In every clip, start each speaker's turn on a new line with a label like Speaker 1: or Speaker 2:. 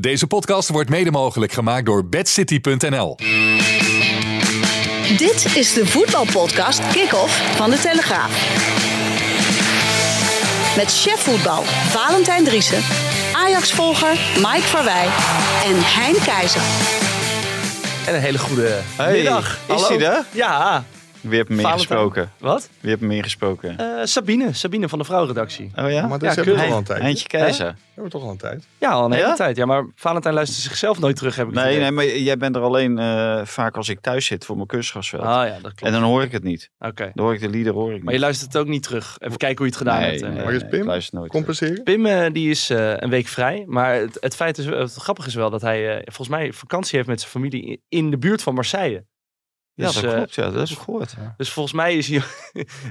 Speaker 1: Deze podcast wordt mede mogelijk gemaakt door bedcity.nl.
Speaker 2: Dit is de voetbalpodcast Kick-Off van de Telegraaf. Met chef voetbal Valentijn Driessen, Ajax-volger Mike Verwij en Hein Keizer.
Speaker 3: En een hele goede
Speaker 4: Hey,
Speaker 3: middag.
Speaker 4: is hij er?
Speaker 3: Ja.
Speaker 4: Wie hebt meer
Speaker 3: Valentijn.
Speaker 4: gesproken?
Speaker 3: Wat?
Speaker 4: Wie hebt meer gesproken?
Speaker 3: Eh, Sabine. Sabine van de vrouwenredactie.
Speaker 4: oh ja?
Speaker 5: Maar
Speaker 3: Ja,
Speaker 5: dat hebben we
Speaker 3: keurig.
Speaker 5: toch al een tijd. Dat
Speaker 4: Eindje keizer.
Speaker 5: hebben we toch al een tijd.
Speaker 3: Ja, al een hele
Speaker 4: Ja?
Speaker 3: tijd. Ja, maar Valentijn luistert zichzelf nooit terug, heb ik het
Speaker 4: Nee,
Speaker 3: idee.
Speaker 4: nee, maar jij bent er alleen eh, vaak als ik thuis zit voor mijn kunstgrasveld.
Speaker 3: Ah ja, dat klopt.
Speaker 4: en dan hoor ik het niet.
Speaker 3: Oké.
Speaker 4: Dan hoor ik de lieder hoor ik
Speaker 3: Maar je
Speaker 4: niet.
Speaker 3: luistert het ook niet terug. Even kijken hoe je het gedaan
Speaker 4: nee,
Speaker 3: hebt. eh.
Speaker 4: nee,
Speaker 5: Maar is
Speaker 4: nee,
Speaker 5: Pim?
Speaker 4: ik luister nooit.
Speaker 5: Compenseren?
Speaker 3: Pim eh, die is eh, een week vrij. Maar het, het feit is, het grappige is wel dat hij eh, volgens mij vakantie heeft met zijn familie in, in de buurt van Marseille.
Speaker 4: Ja,
Speaker 3: Dus,
Speaker 4: dat
Speaker 3: eh,
Speaker 4: klopt. Ja, dat heb ik gehoord.
Speaker 3: Dus volgens mij is hij,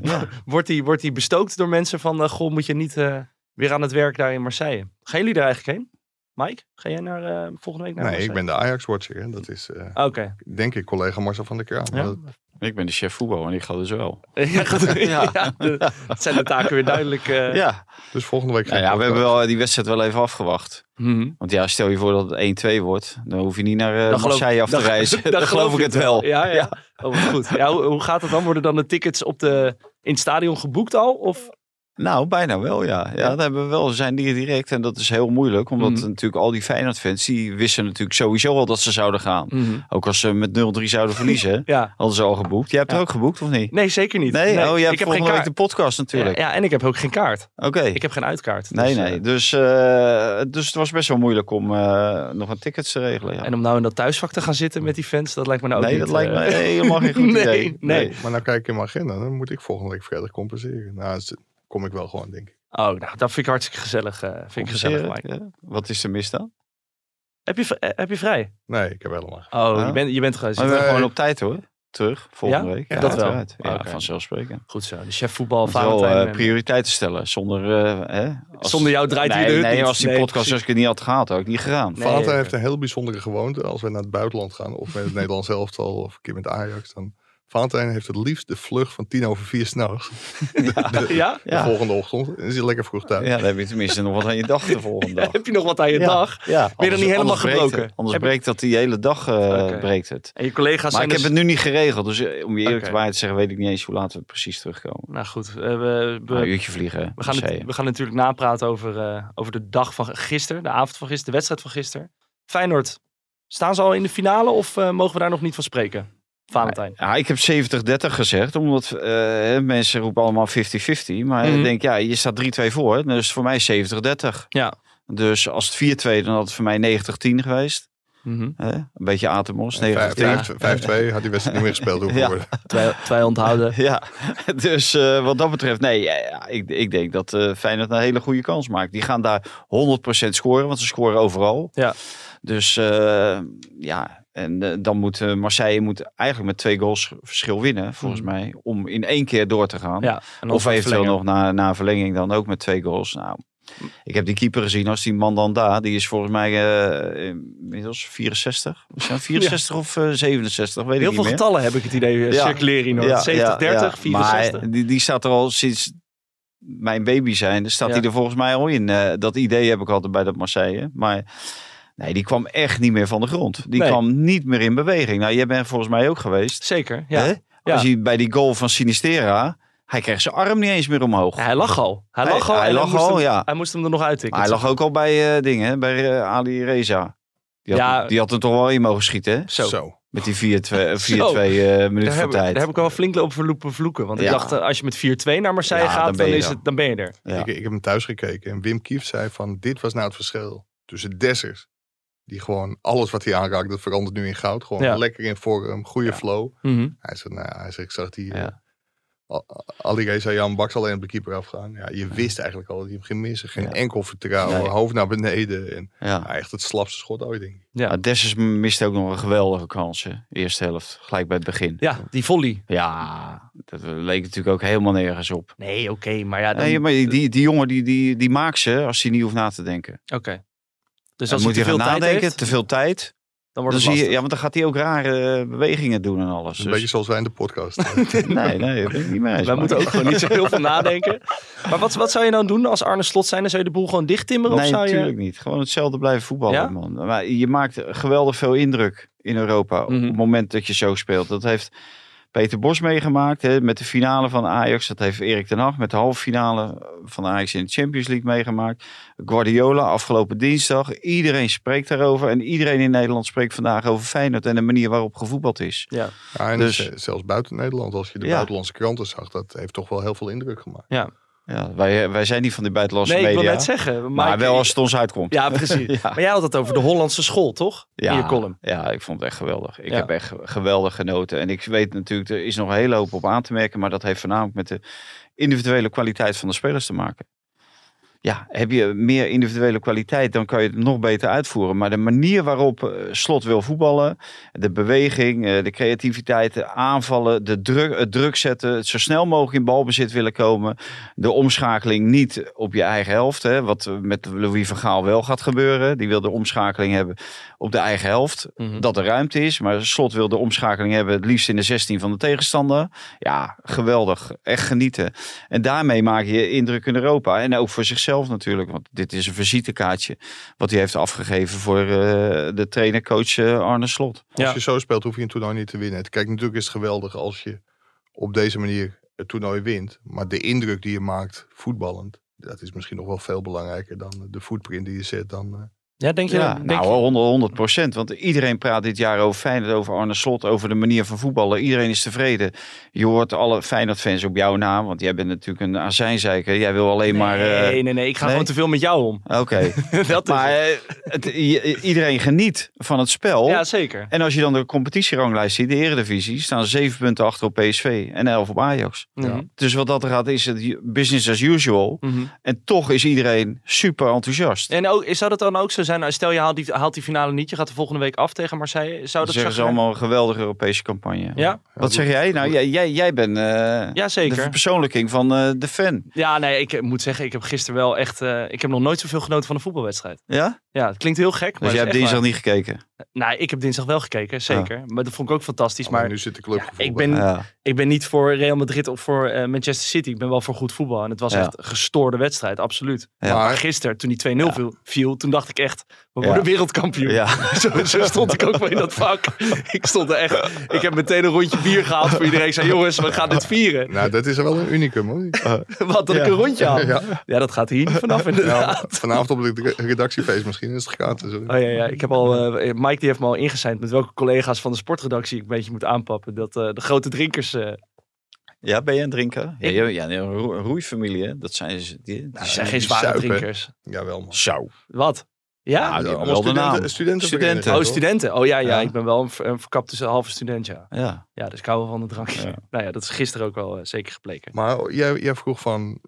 Speaker 4: Ja.
Speaker 3: wordt, hij, wordt hij bestookt door mensen van... eh, goh, moet je niet eh, weer aan het werk daar in Marseille. Gaan jullie daar eigenlijk heen? Mike, ga jij naar, eh, volgende week naar
Speaker 5: Nee, ik
Speaker 3: Marseille?
Speaker 5: ben de Ajax-watcher. hè. Dat is, eh,
Speaker 3: Oké.
Speaker 5: denk ik, collega Marcel van der Kraan.
Speaker 3: Ja.
Speaker 5: Dat-
Speaker 4: Ik ben de chef voetbal en ik ga dus wel.
Speaker 3: Ja, goed.
Speaker 4: Ja.
Speaker 3: Ja, de- het zijn de taken weer duidelijk. eh.
Speaker 4: ja.
Speaker 5: Dus volgende week
Speaker 4: Nou ja, we hebben wel die wedstrijd wel even afgewacht.
Speaker 3: Mhm.
Speaker 4: Want ja, stel je voor dat het 1-2 wordt. Dan hoef je niet naar eh,
Speaker 3: Dan geloof-
Speaker 4: Marseille af te
Speaker 3: dan-
Speaker 4: reizen.
Speaker 3: dan
Speaker 4: Dan, geloof ik
Speaker 3: je
Speaker 4: het wel.
Speaker 3: Ja, ja. Oh, wat goed. Ja, hoe, hoe gaat het dan? Worden dan de tickets op de, in het stadion geboekt al? Of?
Speaker 4: Nou, bijna wel, ja. Ja, dat hebben we wel. Ze zijn hier direct en dat is heel moeilijk. Omdat
Speaker 3: Mhm.
Speaker 4: natuurlijk al die Feyenoord-fans, die wisten natuurlijk sowieso al dat ze zouden gaan. Ook als ze met 0-3 zouden verliezen,
Speaker 3: Ja.
Speaker 4: hadden ze al geboekt. Jij hebt
Speaker 3: Ja.
Speaker 4: er ook geboekt, of niet?
Speaker 3: Nee, zeker niet.
Speaker 4: Nee, oh, je hebt
Speaker 3: ik heb geen
Speaker 4: volgende week
Speaker 3: kaart.
Speaker 4: de podcast natuurlijk.
Speaker 3: Ja, ja, en ik heb ook geen kaart.
Speaker 4: Oké.
Speaker 3: Ik heb geen uitkaart.
Speaker 4: Nee,
Speaker 3: Dus, eh,
Speaker 4: nee. Dus, eh, dus het was best wel moeilijk om eh, nog een tickets te regelen. Ja.
Speaker 3: En om nou in dat thuisvak te gaan zitten met die fans, dat lijkt me nou ook
Speaker 4: nee,
Speaker 3: niet,
Speaker 4: dat lijkt
Speaker 3: eh,
Speaker 4: me helemaal geen goed
Speaker 3: Nee,
Speaker 4: idee.
Speaker 3: nee.
Speaker 5: Maar nou kijk ik in mijn agenda. Dan moet ik volgende week vrijdag compenseren. Nou, dat kom ik wel gewoon, denk ik.
Speaker 3: Oh, nou, dat vind ik hartstikke gezellig. eh, vind ik gezellig,
Speaker 4: Compenseren,
Speaker 3: Mike.
Speaker 4: ja. Wat is er mis dan?
Speaker 3: Heb je, v- eh, heb je vrij?
Speaker 5: Nee, ik heb helemaal geen-
Speaker 3: Oh,
Speaker 4: Ja.
Speaker 3: je bent, je bent gewoon...
Speaker 4: Maar we zijn
Speaker 5: Nee.
Speaker 4: gewoon op tijd hoor. Terug, volgende
Speaker 3: eh, Ja?
Speaker 4: week.
Speaker 3: Ja, dat wel.
Speaker 4: uiteraard. Ja,
Speaker 3: Oké.
Speaker 4: vanzelfsprekend.
Speaker 3: Goed zo. De chef voetbal,
Speaker 4: Moet wel
Speaker 3: Valentijn.
Speaker 4: eh,
Speaker 3: en-
Speaker 4: prioriteiten stellen. Zonder, eh, hè, als-
Speaker 3: Zonder jou draait
Speaker 4: nee,
Speaker 3: hier de hut
Speaker 4: nee,
Speaker 3: niet.
Speaker 4: als die
Speaker 3: Nee,
Speaker 4: podcast
Speaker 3: precies.
Speaker 4: als ik het niet had gehad, had ik niet gedaan.
Speaker 3: Nee.
Speaker 5: Valentijn heeft een heel bijzondere gewoonte. Als we naar het buitenland gaan, of met het Nederlands elftal, of een keer met Ajax, dan... Valentijn heeft het liefst de vlucht van tien over vier s'nachts.
Speaker 3: Ja?
Speaker 5: De
Speaker 4: Ja.
Speaker 5: volgende ochtend. Dan is hij lekker vroeg thuis.
Speaker 4: Ja, dan heb je tenminste nog wat aan je dag de volgende dag.
Speaker 3: Heb je nog wat aan je
Speaker 4: Ja.
Speaker 3: dag?
Speaker 4: Ja,
Speaker 3: Ben je dan niet helemaal
Speaker 4: breekt het.
Speaker 3: gebroken?
Speaker 4: anders
Speaker 3: Heb-
Speaker 4: breekt dat die hele dag eh,
Speaker 3: Oké.
Speaker 4: breekt het.
Speaker 3: En je collega's
Speaker 4: Maar
Speaker 3: zijn
Speaker 4: ik heb
Speaker 3: dus-
Speaker 4: het nu niet geregeld. Dus eh, om je eerlijk
Speaker 3: Oké.
Speaker 4: te waarheid te zeggen, weet ik niet eens hoe laat we precies terugkomen.
Speaker 3: Nou goed, eh, we, we,
Speaker 4: Nou, een uurtje vliegen.
Speaker 3: we, gaan
Speaker 4: per se.
Speaker 3: het- we gaan natuurlijk napraten over, eh, over de dag van gisteren, de avond van gisteren, de wedstrijd van gisteren. Feyenoord, staan ze al in de finale of eh, mogen we daar nog niet van spreken? Valentijn.
Speaker 4: Ja, ik heb 70-30 gezegd, omdat eh, hè, mensen roepen allemaal 50-50. Maar
Speaker 3: Mhm.
Speaker 4: ik denk, ja, je staat 3-2 voor, dus voor mij 70-30.
Speaker 3: Ja.
Speaker 4: Dus als het 4-2, dan had het voor mij 90-10 geweest.
Speaker 3: Mhm.
Speaker 4: Hè? Een beetje Atemos, 90-10.
Speaker 5: Vijf-
Speaker 4: Ja.
Speaker 5: vijf- 5-2 had die wedstrijd niet meer gespeeld hoeven
Speaker 4: Ja.
Speaker 5: worden.
Speaker 3: Twee, twee onthouden.
Speaker 4: dus eh, wat dat betreft, nee, ja, ja, ik, ik denk dat eh Feyenoord een hele goede kans maakt. Die gaan daar 100% scoren, want ze scoren overal.
Speaker 3: Ja.
Speaker 4: Dus eh, ja, en eh, dan moet eh, Marseille moet eigenlijk met twee goals verschil winnen, volgens
Speaker 3: Mhm.
Speaker 4: mij, om in één keer door te gaan.
Speaker 3: Ja, en dan
Speaker 4: Of eventueel
Speaker 3: verlengen.
Speaker 4: nog na, na verlenging dan ook met twee goals. Nou, ik heb die keeper gezien als die man dan daar. Die is volgens mij eh, inmiddels 64. Is hij 64 of eh, 67, weet
Speaker 3: Heel
Speaker 4: ik niet
Speaker 3: veel
Speaker 4: meer.
Speaker 3: getallen heb ik het idee. eh,
Speaker 4: Ja.
Speaker 3: Circuleren hier nog. 70, 30,
Speaker 4: ja. Maar
Speaker 3: 64.
Speaker 4: die, die staat er al sinds mijn baby zijn. Staat
Speaker 3: Ja.
Speaker 4: hij er volgens mij al in. Eh, dat idee heb ik altijd bij dat Marseille. Maar nee, die kwam echt niet meer van de grond. Die
Speaker 3: Nee.
Speaker 4: kwam niet meer in beweging. Nou, jij bent volgens mij ook geweest.
Speaker 3: Zeker, ja.
Speaker 4: Hè?
Speaker 3: Ja.
Speaker 4: Als hij bij die goal van Sinistera... Hij kreeg zijn arm niet eens meer omhoog.
Speaker 3: Hij lag al. Hij
Speaker 4: Hij-
Speaker 3: lag al.
Speaker 4: hij
Speaker 3: en
Speaker 4: lag
Speaker 3: moest
Speaker 4: al,
Speaker 3: hem-
Speaker 4: ja.
Speaker 3: Hij moest hem er nog uittikken.
Speaker 4: Maar hij lag ook al bij eh, dingen, hè? bij eh, Ali Reza. Die had,
Speaker 3: Ja.
Speaker 4: die had er toch wel in mogen schieten, hè?
Speaker 3: Zo.
Speaker 4: Met die 4-2 eh, 4-2
Speaker 3: Zo.
Speaker 4: eh minuten
Speaker 3: Daar
Speaker 4: van
Speaker 3: heb,
Speaker 4: tijd.
Speaker 3: daar heb ik wel flink op verlopen vloeken. Want ik
Speaker 4: Ja.
Speaker 3: dacht, eh, als je met 4-2 naar Marseille
Speaker 4: Ja,
Speaker 3: gaat, dan,
Speaker 4: dan ben je
Speaker 3: is
Speaker 4: er.
Speaker 3: het, dan ben je er.
Speaker 4: Ja.
Speaker 5: Ik, ik heb hem thuis gekeken en Wim Kieft zei van dit was nou het verschil tussen Dessers. Die gewoon alles wat hij aanraakt, dat verandert nu in goud. Gewoon
Speaker 3: Ja.
Speaker 5: lekker in vorm, goede flow.
Speaker 3: Mhm.
Speaker 5: Hij zei, nou, hij zei, ik zag die
Speaker 4: Ja.
Speaker 5: eh, Al- Ali Reza Jan Baks alleen op de keeper afgaan. Ja, je wist eigenlijk al dat hij hem ging missen. Geen
Speaker 4: Ja.
Speaker 5: enkel vertrouwen,
Speaker 4: Nee.
Speaker 5: hoofd naar beneden. En
Speaker 4: Ja.
Speaker 5: ja, echt het slapste schot ooit, denk ik.
Speaker 3: Ja.
Speaker 4: Maar Dessers miste ook nog een geweldige kans, hè? Eerste helft, gelijk bij het begin. Ja,
Speaker 3: Ja, die volley.
Speaker 4: dat leek natuurlijk ook helemaal nergens op.
Speaker 3: Nee, oké, maar ja. Dan...
Speaker 4: Nee, maar die, die, die jongen die, die, die maakt ze als hij niet hoeft na te denken.
Speaker 3: Oké. Dus
Speaker 4: Dan
Speaker 3: als hij
Speaker 4: moet
Speaker 3: te
Speaker 4: hij
Speaker 3: veel
Speaker 4: gaan
Speaker 3: tijd
Speaker 4: nadenken,
Speaker 3: heeft...
Speaker 4: te veel tijd.
Speaker 3: Dan
Speaker 4: Dan
Speaker 3: wordt het
Speaker 4: zie je,
Speaker 3: lastig.
Speaker 4: ja, want dan gaat hij ook rare eh, bewegingen doen en alles.
Speaker 5: Een beetje
Speaker 4: Dus,
Speaker 5: zoals wij in de podcast.
Speaker 4: nee, nee, dat ben ik niet mee
Speaker 3: Wij
Speaker 4: eens. maar-
Speaker 3: moeten ook gewoon niet zo heel veel nadenken. Maar wat, wat zou je nou doen als Arne Slot zijn? Dan zou je de boel gewoon dicht timmeren? of
Speaker 4: Nee,
Speaker 3: zou
Speaker 4: natuurlijk
Speaker 3: je...
Speaker 4: niet. Gewoon hetzelfde blijven voetballen,
Speaker 3: Ja?
Speaker 4: man. Maar je maakt geweldig veel indruk in Europa op
Speaker 3: Mhm.
Speaker 4: het moment dat je zo speelt. Dat heeft Peter Bos meegemaakt hè, met de finale van Ajax. Dat heeft Erik ten Hag met de halve finale van Ajax in de Champions League meegemaakt. Guardiola afgelopen dinsdag. Iedereen spreekt daarover. En iedereen in Nederland spreekt vandaag over Feyenoord en de manier waarop gevoetbald is.
Speaker 3: Ja.
Speaker 5: Ja, en
Speaker 4: Dus-
Speaker 5: z- zelfs buiten Nederland, als je de
Speaker 4: Ja.
Speaker 5: buitenlandse kranten zag, dat heeft toch wel heel veel indruk gemaakt.
Speaker 4: Ja, wij, wij zijn niet van die buitenlandse
Speaker 3: Nee, ik wil
Speaker 4: media.
Speaker 3: net zeggen. Maar,
Speaker 4: maar
Speaker 3: ik-
Speaker 4: wel als het ons uitkomt.
Speaker 3: Ja, precies. Maar jij had het over de Hollandse school, toch? In je column.
Speaker 4: Ja, ik vond het echt geweldig. Ik
Speaker 3: Ja.
Speaker 4: heb echt geweldig genoten. En ik weet natuurlijk, er is nog een hele hoop op aan te merken. Maar dat heeft voornamelijk met de individuele kwaliteit van de spelers te maken. Ja, heb je meer individuele kwaliteit, dan kan je het nog beter uitvoeren. Maar de manier waarop eh, Slot wil voetballen, de beweging, eh, de creativiteit, de aanvallen, de druk, het druk zetten, het zo snel mogelijk in balbezit willen komen, de omschakeling niet op je eigen helft, hè, wat met Louis van Gaal wel gaat gebeuren. Die wil de omschakeling hebben op de eigen helft,
Speaker 3: Mhm.
Speaker 4: dat er ruimte is. Maar Slot wil de omschakeling hebben het liefst in de 16 van de tegenstander. Ja, geweldig. Echt genieten. En daarmee maak je indruk in Europa. En ook voor zichzelf natuurlijk. Want dit is een visitekaartje wat hij heeft afgegeven voor eh, de trainer-coach eh, Arne Slot.
Speaker 5: Als
Speaker 3: Ja.
Speaker 5: je zo speelt, hoef je een toernooi niet te winnen. Kijk, natuurlijk is het geweldig als je op deze manier het toernooi wint. Maar de indruk die je maakt voetballend, dat is misschien nog wel veel belangrijker dan de footprint die je zet. Dan, eh,
Speaker 3: Ja, denk je?
Speaker 4: Ja,
Speaker 3: denk
Speaker 4: nou,
Speaker 3: je-
Speaker 4: 100, 100 procent. Want iedereen praat dit jaar over Feyenoord, over Arne Slot, over de manier van voetballen. Iedereen is tevreden. Je hoort alle Feyenoord-fans op jouw naam, want jij bent natuurlijk een azijnzeiker. Jij wil alleen maar... eh,
Speaker 3: nee, nee, nee. Ik ga
Speaker 4: nee?
Speaker 3: gewoon te veel met jou om.
Speaker 4: Oké.
Speaker 3: dat is
Speaker 4: Maar
Speaker 3: het.
Speaker 4: eh, het, i- iedereen geniet van het spel.
Speaker 3: Ja, zeker.
Speaker 4: En als je dan de competitieranglijst ziet, de Eredivisie, staan ze zeven punten achter op PSV en 11 op Ajax.
Speaker 3: Mhm.
Speaker 4: Dus wat dat er gaat, is het business as usual.
Speaker 3: Mhm.
Speaker 4: En toch is iedereen super enthousiast.
Speaker 3: En ook, zou dat dan ook zo zijn? nou, Stel, je haalt die, haalt die finale niet. Je gaat de volgende week af tegen Marseille. Zou
Speaker 4: dat
Speaker 3: Oh, dat
Speaker 4: zeggen ze
Speaker 3: zo zijn?
Speaker 4: allemaal een geweldige Europese campagne.
Speaker 3: Ja?
Speaker 4: Wat zeg jij? Nou, jij, jij, jij bent eh,
Speaker 3: ja,
Speaker 4: de
Speaker 3: zeker.
Speaker 4: verpersoonlijking van eh, de fan.
Speaker 3: Ja, nee, ik eh, moet zeggen, ik heb gisteren wel echt... eh, ik heb nog nooit zoveel genoten van een voetbalwedstrijd.
Speaker 4: Ja?
Speaker 3: Ja, het klinkt heel gek, maar
Speaker 4: Dus jij hebt
Speaker 3: het is echt
Speaker 4: dinsdag niet Ah. Oh, gekeken.
Speaker 3: waar. Nou, ik heb dinsdag wel gekeken, zeker. Maar dat vond ik ook fantastisch.
Speaker 5: maar
Speaker 3: Maar
Speaker 5: nu zit de club.
Speaker 3: ja, ik, ben,
Speaker 4: Ja.
Speaker 3: ik ben niet voor Real Madrid of voor eh, Manchester City. Ik ben wel voor goed voetbal. En het was
Speaker 4: Ja.
Speaker 3: echt een gestoorde wedstrijd, absoluut.
Speaker 4: Ja.
Speaker 3: Maar
Speaker 5: maar
Speaker 3: gisteren, toen die 2-0 viel, viel, toen dacht ik echt... We
Speaker 4: Ja.
Speaker 3: worden wereldkampioen.
Speaker 4: Ja.
Speaker 3: Zo, zo stond ik ook wel in dat vak. Ik stond er echt. Ik heb meteen een rondje bier gehaald voor iedereen. Ik zei: jongens, we gaan dit vieren.
Speaker 5: nou, dat is wel een unicum hoor. Eh,
Speaker 3: Wat dat ik een rondje had. Ja.
Speaker 5: Ja.
Speaker 3: dat gaat hier niet vanaf
Speaker 5: Ja,
Speaker 3: inderdaad.
Speaker 5: vanavond op de re- redactiefeest misschien is het gratis. hoor.
Speaker 3: Oh ja, ja. Ik heb al, eh, Mike die heeft me al ingezijnd met welke collega's van de sportredactie ik een beetje moet aanpappen. Dat eh, de grote drinkers. eh,
Speaker 4: ja, ben je aan het drinken? Ja,
Speaker 3: Ik-
Speaker 4: ja, ja, een roe- een roeifamilie, hè? Dat zijn ze. Die, die
Speaker 3: die zijn geen
Speaker 5: die
Speaker 3: zware
Speaker 5: zuipen.
Speaker 3: drinkers.
Speaker 5: Jawel man.
Speaker 4: Zo. Nou,
Speaker 3: Wat? Ja?
Speaker 4: Ja,
Speaker 5: Die-
Speaker 4: wel
Speaker 5: allemaal
Speaker 4: de naam.
Speaker 5: studenten, studenten,
Speaker 4: Studenten.
Speaker 3: oh, studenten. Oh ja, ja,
Speaker 4: Ja.
Speaker 3: Ik ben wel een, ver- een verkapte halve student, ja.
Speaker 4: Ja.
Speaker 3: Ja, dus ik hou wel van een drankje.
Speaker 4: Ja.
Speaker 3: Nou ja, dat is gisteren ook wel eh, zeker gebleken.
Speaker 5: Maar jij, jij vroeg van,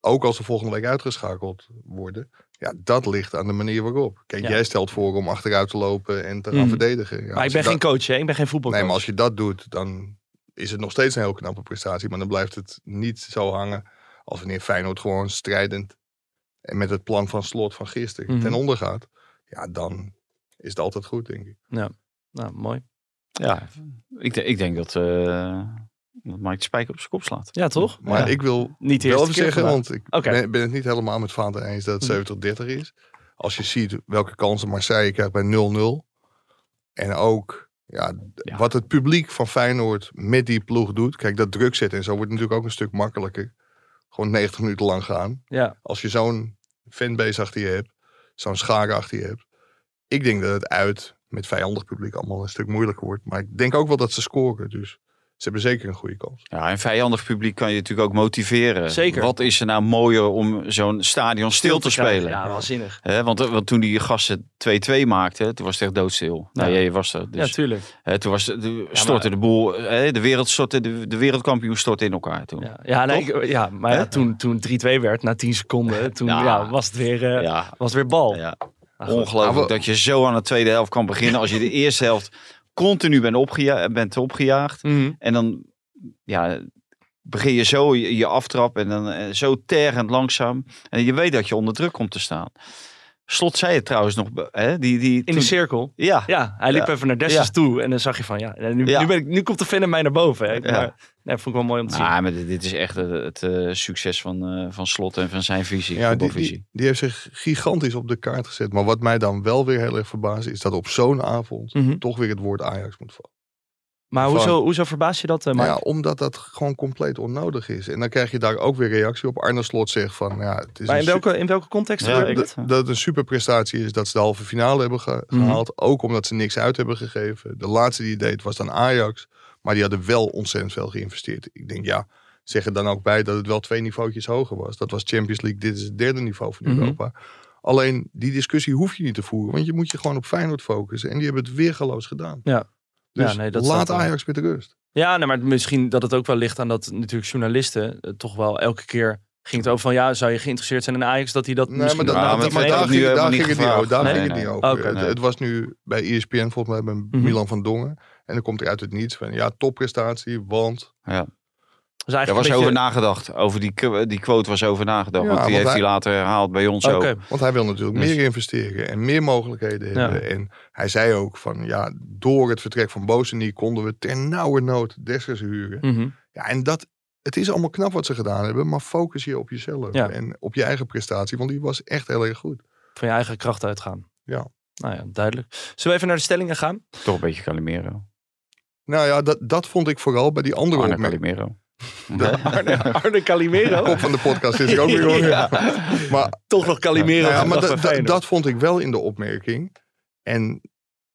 Speaker 5: ook als ze volgende week uitgeschakeld worden, ja, dat ligt aan de manier waarop. Kijk,
Speaker 3: Ja.
Speaker 5: jij stelt voor om achteruit te lopen en te gaan
Speaker 3: Mhm.
Speaker 5: verdedigen. Ja,
Speaker 3: maar ik
Speaker 5: als
Speaker 3: ben
Speaker 5: je
Speaker 3: geen
Speaker 5: dat-
Speaker 3: coach, hè? Ik ben geen voetbalcoach.
Speaker 5: Nee, maar als je dat doet, dan is het nog steeds een heel knappe prestatie. Maar dan blijft het niet zo hangen als wanneer Feyenoord gewoon strijdend en met het plan van slot van gisteren
Speaker 3: Mhm.
Speaker 5: ten onder gaat. Ja, dan is het altijd goed, denk ik.
Speaker 3: Nou, mooi.
Speaker 4: Ja, ik, de- ik denk dat, eh dat Mike de Spijker op zijn kop slaat.
Speaker 3: Ja, toch?
Speaker 5: Maar
Speaker 4: Ja.
Speaker 5: ik wil
Speaker 3: Niet de
Speaker 5: wel
Speaker 3: eerste
Speaker 5: even
Speaker 3: keer
Speaker 5: zeggen,
Speaker 3: vandaag.
Speaker 5: want ik
Speaker 3: Oké. Mhm.
Speaker 5: ben, ben het niet helemaal met Vaanten eens dat het 70-30 is. Als je ziet welke kansen Marseille krijgt bij 0-0. En ook ja, d-
Speaker 4: Ja.
Speaker 5: wat het publiek van Feyenoord met die ploeg doet. Kijk, dat druk zetten en zo wordt natuurlijk ook een stuk makkelijker. Gewoon 90 minuten lang gaan.
Speaker 3: Ja.
Speaker 5: Als je zo'n fanbase achter je hebt, zo'n schare achter je hebt. Ik denk dat het uit met vijandig publiek allemaal een stuk moeilijker wordt. Maar ik denk ook wel dat ze scoren. Dus ze hebben zeker een goede kans.
Speaker 4: Ja, en vijandig publiek kan je natuurlijk ook motiveren.
Speaker 3: Zeker.
Speaker 4: Wat is er nou mooier om zo'n stadion stil te
Speaker 3: krijgen.
Speaker 4: spelen?
Speaker 3: Ja, waanzinnig.
Speaker 4: Hè, want, eh, want toen die gasten 2-2 maakten, toen was het echt doodstil. Nou,
Speaker 3: Ja.
Speaker 4: jij was er. Dus,
Speaker 3: ja, tuurlijk.
Speaker 4: hè, toen was, de- de, stortte de boel, hè, de, wereld stortte, de, de wereldkampioen stortte in elkaar toen.
Speaker 3: Ja, ja, nee, ik- ja maar ja,
Speaker 4: Hè?
Speaker 3: toen, toen 3-2 werd, na 10 seconden, toen ja.
Speaker 4: Ja.
Speaker 3: was, het weer, eh,
Speaker 4: ja,
Speaker 3: was het weer bal.
Speaker 4: ja.
Speaker 3: Maar goed. Nou,
Speaker 4: Ongelooflijk
Speaker 5: Maar we-
Speaker 4: dat je zo aan de tweede helft kan beginnen als je de eerste helft continu bent, opgeja bent opgejaagd.
Speaker 3: Mhm.
Speaker 4: En dan ja, begin je zo je, je aftrap en dan eh, zo tergend langzaam. En je weet dat je onder druk komt te staan. Slot zei het trouwens nog. Hè, die, die,
Speaker 3: In de
Speaker 4: toen-
Speaker 3: cirkel.
Speaker 4: ja,
Speaker 3: Ja, hij liep
Speaker 4: Ja.
Speaker 3: even naar Dessers
Speaker 4: Ja.
Speaker 3: toe. En dan zag je van, ja, eh, nu,
Speaker 4: Ja.
Speaker 3: Nu, ben ik, nu komt de fan in mij naar boven. Hè.
Speaker 4: Ja.
Speaker 3: Maar, nee, vond ik wel mooi om te zien.
Speaker 4: Ah, maar dit, dit is echt eh, het eh, succes van, eh, van Slot en van zijn visie,
Speaker 5: Ja, die,
Speaker 4: voetbalvisie.
Speaker 5: die, die heeft zich gigantisch op de kaart gezet. Maar wat mij dan wel weer heel erg verbaast, is dat op zo'n avond
Speaker 3: Mhm.
Speaker 5: toch weer het woord Ajax moet vallen.
Speaker 3: Maar
Speaker 5: Van-
Speaker 3: hoezo, hoezo verbaas je dat, eh, Mark?
Speaker 5: Ja, omdat dat gewoon compleet onnodig is. En dan krijg je daar ook weer reactie op. Arne Slot zegt van, ja, het is
Speaker 3: maar
Speaker 5: een
Speaker 3: in welke, in welke context? eh,
Speaker 4: Ja,
Speaker 5: super-
Speaker 3: gebeurt
Speaker 4: ik-
Speaker 3: het?
Speaker 5: dat, dat het een superprestatie is dat ze de halve finale hebben ge-
Speaker 3: Mhm.
Speaker 5: gehaald. Ook omdat ze niks uit hebben gegeven. De laatste die het deed was dan Ajax. Maar die hadden wel ontzettend veel geïnvesteerd. Ik denk, ja, zeg er dan ook bij dat het wel twee niveautjes hoger was. Dat was Champions League, dit is het derde niveau van
Speaker 3: Mhm.
Speaker 5: Europa. Alleen, die discussie hoef je niet te voeren. Want je moet je gewoon op Feyenoord focussen. En die hebben het weergaloos gedaan.
Speaker 3: Ja.
Speaker 5: Dus
Speaker 3: Ja, nee, dat
Speaker 5: laat
Speaker 3: staat wel.
Speaker 5: Ajax met de rust.
Speaker 3: Ja, nee, maar misschien dat het ook wel ligt aan dat natuurlijk journalisten eh, toch wel elke keer ging het over van ja, zou je geïnteresseerd zijn in Ajax dat hij dat
Speaker 5: Nee,
Speaker 3: misschien
Speaker 5: maar, dat,
Speaker 4: Nou,
Speaker 5: maar
Speaker 4: maar
Speaker 5: dat- maar
Speaker 4: ik
Speaker 5: daar
Speaker 4: heb het nu
Speaker 5: ging, daar
Speaker 4: helemaal
Speaker 5: ging
Speaker 4: niet
Speaker 5: het niet over. Daar
Speaker 4: gevraagd.
Speaker 5: ging het
Speaker 4: Nee,
Speaker 5: niet
Speaker 4: nee.
Speaker 5: over.
Speaker 3: Oké.
Speaker 5: Het,
Speaker 4: Nee.
Speaker 5: het was nu bij E ESPN volgens mij bij Milan van Dongen. En dan komt er uit het niets van ja, topprestatie, want...
Speaker 3: was eigenlijk
Speaker 4: Daar was
Speaker 3: een
Speaker 4: over
Speaker 3: beetje-
Speaker 4: nagedacht. Over die, qu- die quote was over nagedacht.
Speaker 5: Ja,
Speaker 4: want die heeft
Speaker 5: want
Speaker 4: hij
Speaker 5: hij-
Speaker 4: later herhaald bij ons
Speaker 3: Oké.
Speaker 4: ook.
Speaker 5: Want hij wil natuurlijk
Speaker 4: Dus-
Speaker 5: meer investeren en meer mogelijkheden
Speaker 3: Ja.
Speaker 5: hebben. En hij zei ook van ja, door het vertrek van Bozeniek konden we ter nauwe nood Dessers huren.
Speaker 3: Mhm.
Speaker 5: Ja, en dat... Het is allemaal knap wat ze gedaan hebben, maar focus je op jezelf
Speaker 3: Ja.
Speaker 5: en op je eigen prestatie, want die was echt heel erg goed.
Speaker 3: Van je eigen kracht uitgaan.
Speaker 5: Ja.
Speaker 3: Nou ja, duidelijk. Zullen we even naar de stellingen gaan?
Speaker 4: Toch een beetje Calimero.
Speaker 5: Nou ja, dat, dat vond ik vooral bij die andere
Speaker 4: Arne
Speaker 5: opmerking.
Speaker 4: Calimero.
Speaker 3: Arne, Arne Calimero.
Speaker 5: Kop van de podcast is ik ook weer hoor.
Speaker 3: Ja.
Speaker 5: Maar
Speaker 3: Toch nog Calimero.
Speaker 5: Nou ja, maar
Speaker 3: gedacht
Speaker 5: dat-
Speaker 3: bij
Speaker 5: dat-
Speaker 3: Feyenoord.
Speaker 5: dat vond ik wel in de opmerking. En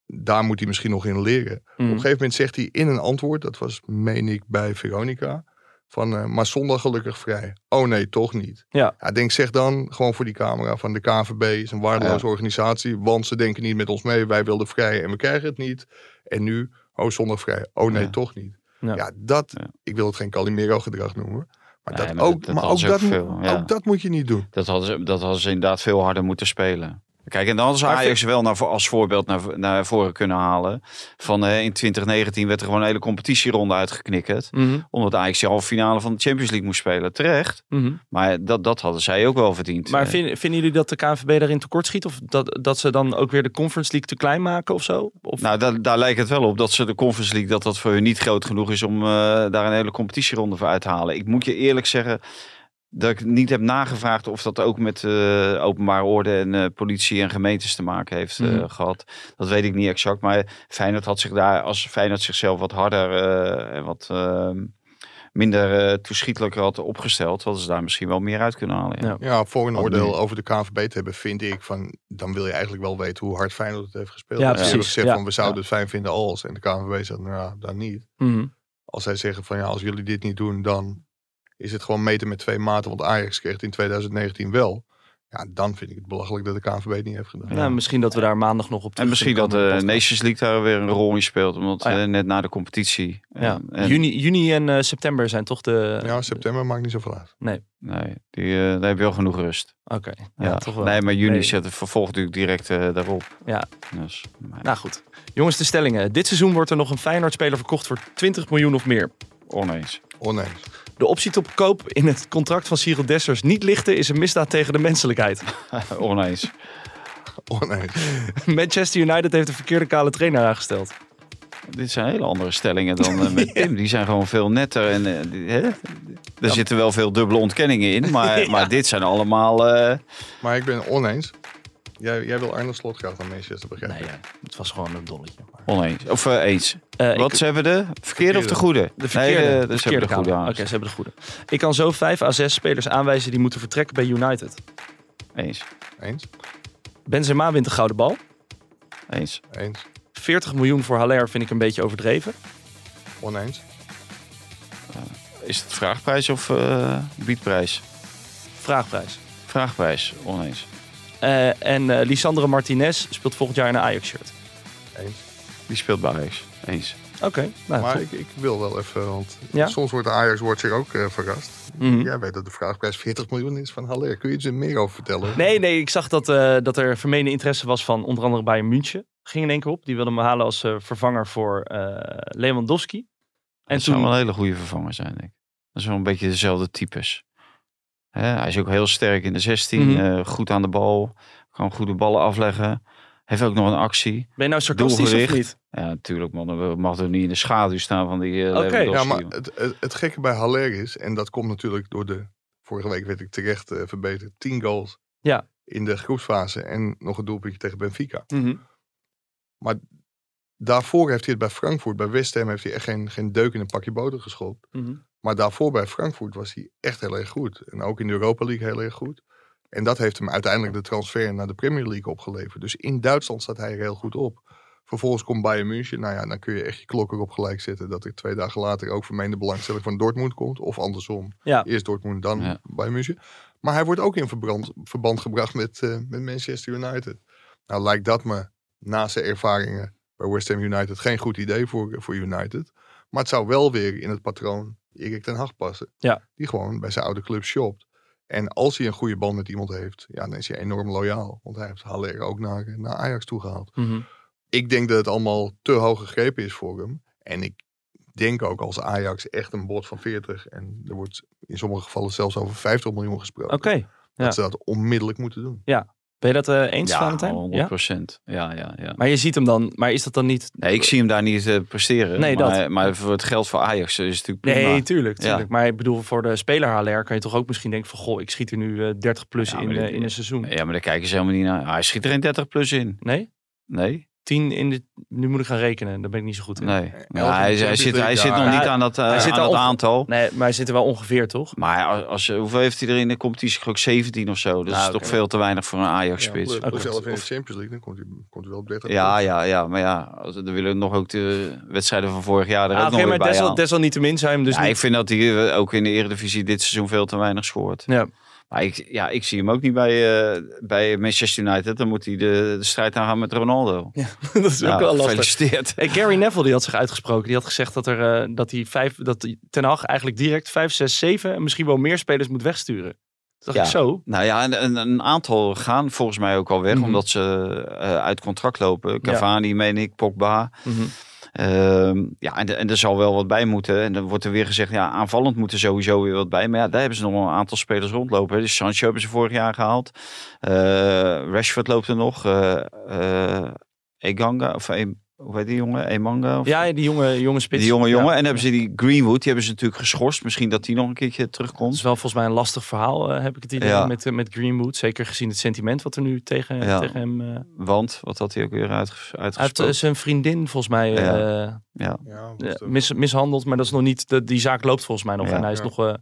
Speaker 5: daar moet hij misschien nog in leren.
Speaker 4: Hmm.
Speaker 5: Op een
Speaker 3: Mhm.
Speaker 5: gegeven moment zegt hij in een antwoord, dat was meen ik bij Veronica, van eh, maar zondag gelukkig vrij. Oh nee, toch niet.
Speaker 3: Ja.
Speaker 5: ik denk zeg dan gewoon voor die camera van de KVB is een waardeloze organisatie, want ze denken niet met ons mee, wij wilden vrij en we krijgen het niet. En nu, oh zondag vrij. Oh nee,
Speaker 4: Ja.
Speaker 5: toch niet.
Speaker 3: Ja.
Speaker 5: Ja, dat,
Speaker 4: Ja.
Speaker 5: ik wil het geen Calimero gedrag noemen, maar
Speaker 4: Nee,
Speaker 5: dat
Speaker 4: maar
Speaker 5: ook,
Speaker 4: dat- dat
Speaker 5: maar ook
Speaker 4: was ook
Speaker 5: dat,
Speaker 4: veel, ja.
Speaker 5: ook dat moet je niet doen.
Speaker 4: Dat hadden, ze, dat hadden ze inderdaad veel harder moeten spelen. Kijk, en dan hadden ze
Speaker 3: Maar
Speaker 4: Ajax wel naar, vo- als voorbeeld naar, naar voren kunnen halen. Van eh, in 2019 werd er gewoon een hele competitieronde uitgeknikkerd.
Speaker 3: Mhm.
Speaker 4: Omdat Ajax de halve finale van de Champions League moest spelen. Terecht.
Speaker 3: Mhm.
Speaker 4: Maar dat, dat hadden zij ook wel verdiend.
Speaker 3: Maar
Speaker 4: Eh,
Speaker 3: vind- vinden jullie dat de KNVB daarin tekort schiet? Of dat, dat ze dan ook weer de Conference League te klein maken of zo? Of,
Speaker 4: Nou, daar, daar lijkt het wel op dat ze de Conference League, dat dat voor hun niet groot genoeg is om eh, daar een hele competitieronde voor uit te halen. Ik moet je eerlijk zeggen dat ik niet heb nagevraagd of dat ook met eh, openbare orde en eh, politie en gemeentes te maken heeft eh,
Speaker 3: Mhm.
Speaker 4: gehad. Dat weet ik niet exact, maar Feyenoord had zich daar, als Feyenoord zichzelf wat harder eh, en wat eh, minder eh, toeschietelijk had opgesteld, hadden ze daar misschien wel meer uit kunnen halen. Ja.
Speaker 3: Ja.
Speaker 5: Ja, voor een
Speaker 4: Ook
Speaker 5: oordeel
Speaker 4: nu.
Speaker 5: over de KNVB te hebben, vind ik van... dan wil je eigenlijk wel weten hoe hard Feyenoord het heeft gespeeld.
Speaker 3: Ja,
Speaker 5: Als ze hebben
Speaker 3: precies,
Speaker 5: gezegd
Speaker 3: ja.
Speaker 5: van, we zouden het fijn vinden als... en de KNVB zegt, nou ja, dan niet.
Speaker 3: Mhm.
Speaker 5: Als zij zeggen van, ja, als jullie dit niet doen, dan... is het gewoon meten met twee maten, want Ajax kreeg het in 2019 wel. Ja, dan vind ik het belachelijk dat de KNVB het niet heeft gedaan.
Speaker 3: Nou, misschien dat we daar maandag nog op terug
Speaker 4: En misschien
Speaker 3: kunnen
Speaker 4: dat eh, de
Speaker 3: komen in de podcast.
Speaker 4: Nations League daar weer een rol in speelt, omdat
Speaker 3: Oh ja.
Speaker 4: eh, net na de competitie.
Speaker 3: Ja.
Speaker 4: en- en-
Speaker 3: juni, juni en eh, september zijn toch de...
Speaker 5: ja, september maakt niet zoveel uit.
Speaker 4: Nee, die, eh, daar heb je wel genoeg rust.
Speaker 3: Oké, ja,
Speaker 4: Ja.
Speaker 3: toch wel.
Speaker 4: Nee, maar juni
Speaker 3: Nee.
Speaker 4: zet het vervolg natuurlijk direct eh, daarop.
Speaker 3: Ja.
Speaker 4: Dus, maar
Speaker 3: Nou goed. Jongens, de stellingen. Dit seizoen wordt er nog een Feyenoord-speler verkocht voor 20 miljoen of meer.
Speaker 4: oneens.
Speaker 5: Oneens.
Speaker 3: De optie tot koop in het contract van Cyril Dessers niet lichten is een misdaad tegen de menselijkheid.
Speaker 4: oneens.
Speaker 5: Oneens.
Speaker 3: Manchester United heeft de verkeerde kale trainer aangesteld.
Speaker 4: Dit zijn hele andere stellingen dan eh, met Tim. Die zijn gewoon veel netter. En, eh, die- hè? Er zitten wel veel dubbele ontkenningen in. Maar, maar dit zijn allemaal... eh,
Speaker 5: Maar ik ben oneens. Jij, jij wil Arne Slot graag naar Manchester, begrijp ik.
Speaker 3: Nee, ja, het was gewoon een dolletje. maar-
Speaker 4: oneens. Of eh, eens.
Speaker 3: Eh, ik-
Speaker 4: Wat ze hebben de verkeerde of de goede?
Speaker 3: De verkeerde,
Speaker 4: Nee, eh,
Speaker 3: de
Speaker 4: ze
Speaker 3: verkeerde
Speaker 4: hebben de goede
Speaker 3: kale.
Speaker 4: aan.
Speaker 3: Oké, ze hebben de goede. Ik kan zo 5 à 6 spelers aanwijzen die moeten vertrekken bij United.
Speaker 4: Eens.
Speaker 5: Eens?
Speaker 3: Benzema wint de gouden bal.
Speaker 4: Eens.
Speaker 5: Eens?
Speaker 3: 40 miljoen voor Haller vind ik een beetje overdreven.
Speaker 5: Oneens?
Speaker 4: Is het vraagprijs of eh, biedprijs?
Speaker 3: Vraagprijs.
Speaker 4: Vraagprijs. Oneens.
Speaker 3: Eh, en eh, Lisandro Martinez speelt volgend jaar in een Ajax-shirt.
Speaker 5: Eens?
Speaker 4: Die speelt bij Ajax. Eens.
Speaker 3: Oké, nou
Speaker 5: Maar
Speaker 3: goed.
Speaker 5: ik, ik wil wel even, want
Speaker 3: Ja?
Speaker 5: soms wordt de Ajax-watcher ook eh, verrast.
Speaker 3: Mhm.
Speaker 5: Jij weet dat de vraagprijs 40 miljoen is van Haller. Kun je iets er meer over vertellen?
Speaker 3: Nee, nee, ik zag dat, eh, dat er vermeende interesse was van onder andere Bayern München. Ging in één keer op. Die wilde hem halen als eh, vervanger voor eh, Lewandowski. En
Speaker 4: Het zou wel
Speaker 3: toen...
Speaker 4: een hele goede vervanger zijn, denk ik. Dat zijn wel een beetje dezelfde types. Hè, hij is ook heel sterk in de 16,
Speaker 3: Mhm.
Speaker 4: eh, goed aan de bal, Gewoon goede ballen afleggen. Heeft ook nog een actie.
Speaker 3: Ben je nou sarcastisch of
Speaker 4: Doelgericht.
Speaker 3: niet?
Speaker 4: Ja, natuurlijk, man. We mag er niet in de schaduw staan van die eh
Speaker 3: Oké. nou,
Speaker 4: Lewandowski,
Speaker 5: Ja, maar
Speaker 4: joh.
Speaker 5: het, het, het gekke bij Haller is, en dat komt natuurlijk door de. Vorige week werd ik terecht eh, verbeterd. 10 goals
Speaker 3: Ja.
Speaker 5: in de groepsfase en nog een doelpuntje tegen Benfica.
Speaker 3: Mhm.
Speaker 5: Daarvoor heeft hij het bij Frankfurt, bij West Ham, heeft hij echt geen, geen deuk in een pakje boter geschopt.
Speaker 3: Mhm.
Speaker 5: Maar daarvoor bij Frankfurt was hij echt heel erg goed. En ook in de Europa League heel erg goed. En dat heeft hem uiteindelijk de transfer naar de Premier League opgeleverd. Dus in Duitsland staat hij er heel goed op. Vervolgens komt Bayern München. Nou ja, dan kun je echt je klok erop gelijk zetten. Dat er twee dagen later ook vermeende belangstelling van Dortmund komt. Of andersom.
Speaker 3: Ja.
Speaker 5: Eerst Dortmund, dan
Speaker 4: Ja.
Speaker 5: Bayern München. Maar hij wordt ook in verbrand, verband gebracht met, eh, met Manchester United. Nou lijkt dat me, na zijn ervaringen bij West Ham United, geen goed idee voor, voor United. Maar het zou wel weer in het patroon Erik ten Hag passen.
Speaker 3: Ja.
Speaker 5: Die gewoon bij zijn oude club shopt. En als hij een goede band met iemand heeft, ja, dan is hij enorm loyaal. Want hij heeft Haller ook naar, naar Ajax toegehaald.
Speaker 3: Mhm.
Speaker 5: Ik denk dat het allemaal te hoog gegrepen is voor hem. En ik denk ook als Ajax echt een bod van 40... en er wordt in sommige gevallen zelfs over 50 miljoen gesproken...
Speaker 3: Oké. ja.
Speaker 5: dat ze dat onmiddellijk moeten doen.
Speaker 3: Ben je dat eh, eens,
Speaker 4: Ja,
Speaker 3: Valentijn?
Speaker 4: 100
Speaker 3: Ja?
Speaker 4: procent. Ja, ja, ja.
Speaker 3: Maar je ziet hem dan. Maar is dat dan niet...
Speaker 4: Nee, ik zie hem daar niet eh, presteren.
Speaker 3: Nee,
Speaker 4: maar,
Speaker 3: dat.
Speaker 4: maar voor het geld voor Ajax eh, is het natuurlijk prima.
Speaker 3: Nee, tuurlijk.
Speaker 4: Ja.
Speaker 3: tuurlijk. Maar ik bedoel, voor de speler Haller kan je toch ook misschien denken van... Goh, ik schiet er nu eh, 30 plus
Speaker 4: Ja,
Speaker 3: in,
Speaker 4: maar dit-
Speaker 3: eh, in een seizoen.
Speaker 4: Ja, maar daar kijken ze helemaal niet naar. Hij schiet er geen 30 plus in.
Speaker 3: Nee?
Speaker 4: Nee,
Speaker 3: 10 in de... Nu moet ik gaan rekenen. Daar ben ik niet zo goed in.
Speaker 4: nee.
Speaker 5: elf
Speaker 4: Ja, hij,
Speaker 5: in de
Speaker 4: hij zit, hij
Speaker 5: Champions
Speaker 4: zit nog
Speaker 5: League,
Speaker 3: ja.
Speaker 4: niet aan dat, eh,
Speaker 3: Hij zit
Speaker 4: aan
Speaker 3: daar
Speaker 4: dat
Speaker 3: onge-
Speaker 4: aantal.
Speaker 3: Nee, maar hij zit er wel ongeveer, toch?
Speaker 4: Maar als, als, hoeveel heeft hij er in de competitie? Ik geloof 17 of zo. Dat
Speaker 3: Ah,
Speaker 4: is
Speaker 3: oké.
Speaker 4: toch veel te weinig voor een Ajax-spits.
Speaker 5: Ja,
Speaker 4: Ja,
Speaker 5: plus- plus
Speaker 3: Oké.
Speaker 5: zelf in de Champions League, dan komt hij, komt hij wel op 30.
Speaker 4: ja, ja, Maar ja, als, dan willen we nog ook de wedstrijden van vorig jaar er
Speaker 3: Ah,
Speaker 4: ook
Speaker 3: Oké,
Speaker 4: nog weer
Speaker 3: maar
Speaker 4: bij
Speaker 3: desal,
Speaker 4: halen.
Speaker 3: desalniettemin zou je hem dus
Speaker 4: ja,
Speaker 3: niet...
Speaker 4: ik vind dat hij eh, ook in de Eredivisie dit seizoen veel te weinig scoort.
Speaker 3: Ja.
Speaker 4: Maar ik, ja, ik zie hem ook niet bij, eh, bij Manchester United. Dan moet hij de, de strijd aangaan met Ronaldo.
Speaker 3: dat is ook
Speaker 4: Nou,
Speaker 3: wel lastig.
Speaker 4: Gefeliciteerd.
Speaker 3: Hey, Gary Neville die had zich uitgesproken. Die had gezegd dat, er, eh, dat, hij vijf, dat hij Ten Hag eigenlijk direct 5, 6, 7 en misschien wel meer spelers moet wegsturen. Toen dacht
Speaker 4: Ja.
Speaker 3: ik zo.
Speaker 4: Nou ja, een, een- een aantal gaan volgens mij ook al weg,
Speaker 3: Mhm.
Speaker 4: omdat ze eh, uit contract lopen. Cavani, meen ik, Pogba. Ehm, ja, en, de- en er zal wel wat bij moeten. En dan wordt er weer gezegd, ja, aanvallend moet er sowieso weer wat bij. Maar ja, daar hebben ze nog wel een aantal spelers rondlopen. hè. Dus Sancho hebben ze vorig jaar gehaald. Eh, Rashford loopt er nog. eh eh, Eganga, of E- hoe heet die jongen? Emanga? Of,
Speaker 3: Ja, die jonge, jonge spits.
Speaker 4: die jonge jongen.
Speaker 3: Ja.
Speaker 4: En dan hebben ze die Greenwood, die hebben ze natuurlijk geschorst. Misschien dat die nog een keertje
Speaker 3: Dat
Speaker 4: terugkomt.
Speaker 3: is wel volgens mij een lastig verhaal, eh, heb ik het idee,
Speaker 4: Ja.
Speaker 3: met, eh, met Greenwood. Zeker gezien het sentiment wat er nu tegen,
Speaker 4: Ja.
Speaker 3: tegen hem... eh, Hij
Speaker 4: Want, wat had hij ook weer uitges-
Speaker 3: heeft
Speaker 4: uitgesproken?
Speaker 3: eh, zijn vriendin volgens mij eh,
Speaker 4: ja.
Speaker 5: Ja, want,
Speaker 3: eh,
Speaker 5: eh,
Speaker 3: mis, mishandeld. Maar dat is nog niet... De, die zaak loopt volgens mij nog.
Speaker 4: Ja.
Speaker 3: En hij is
Speaker 5: Ja.
Speaker 3: nog... eh,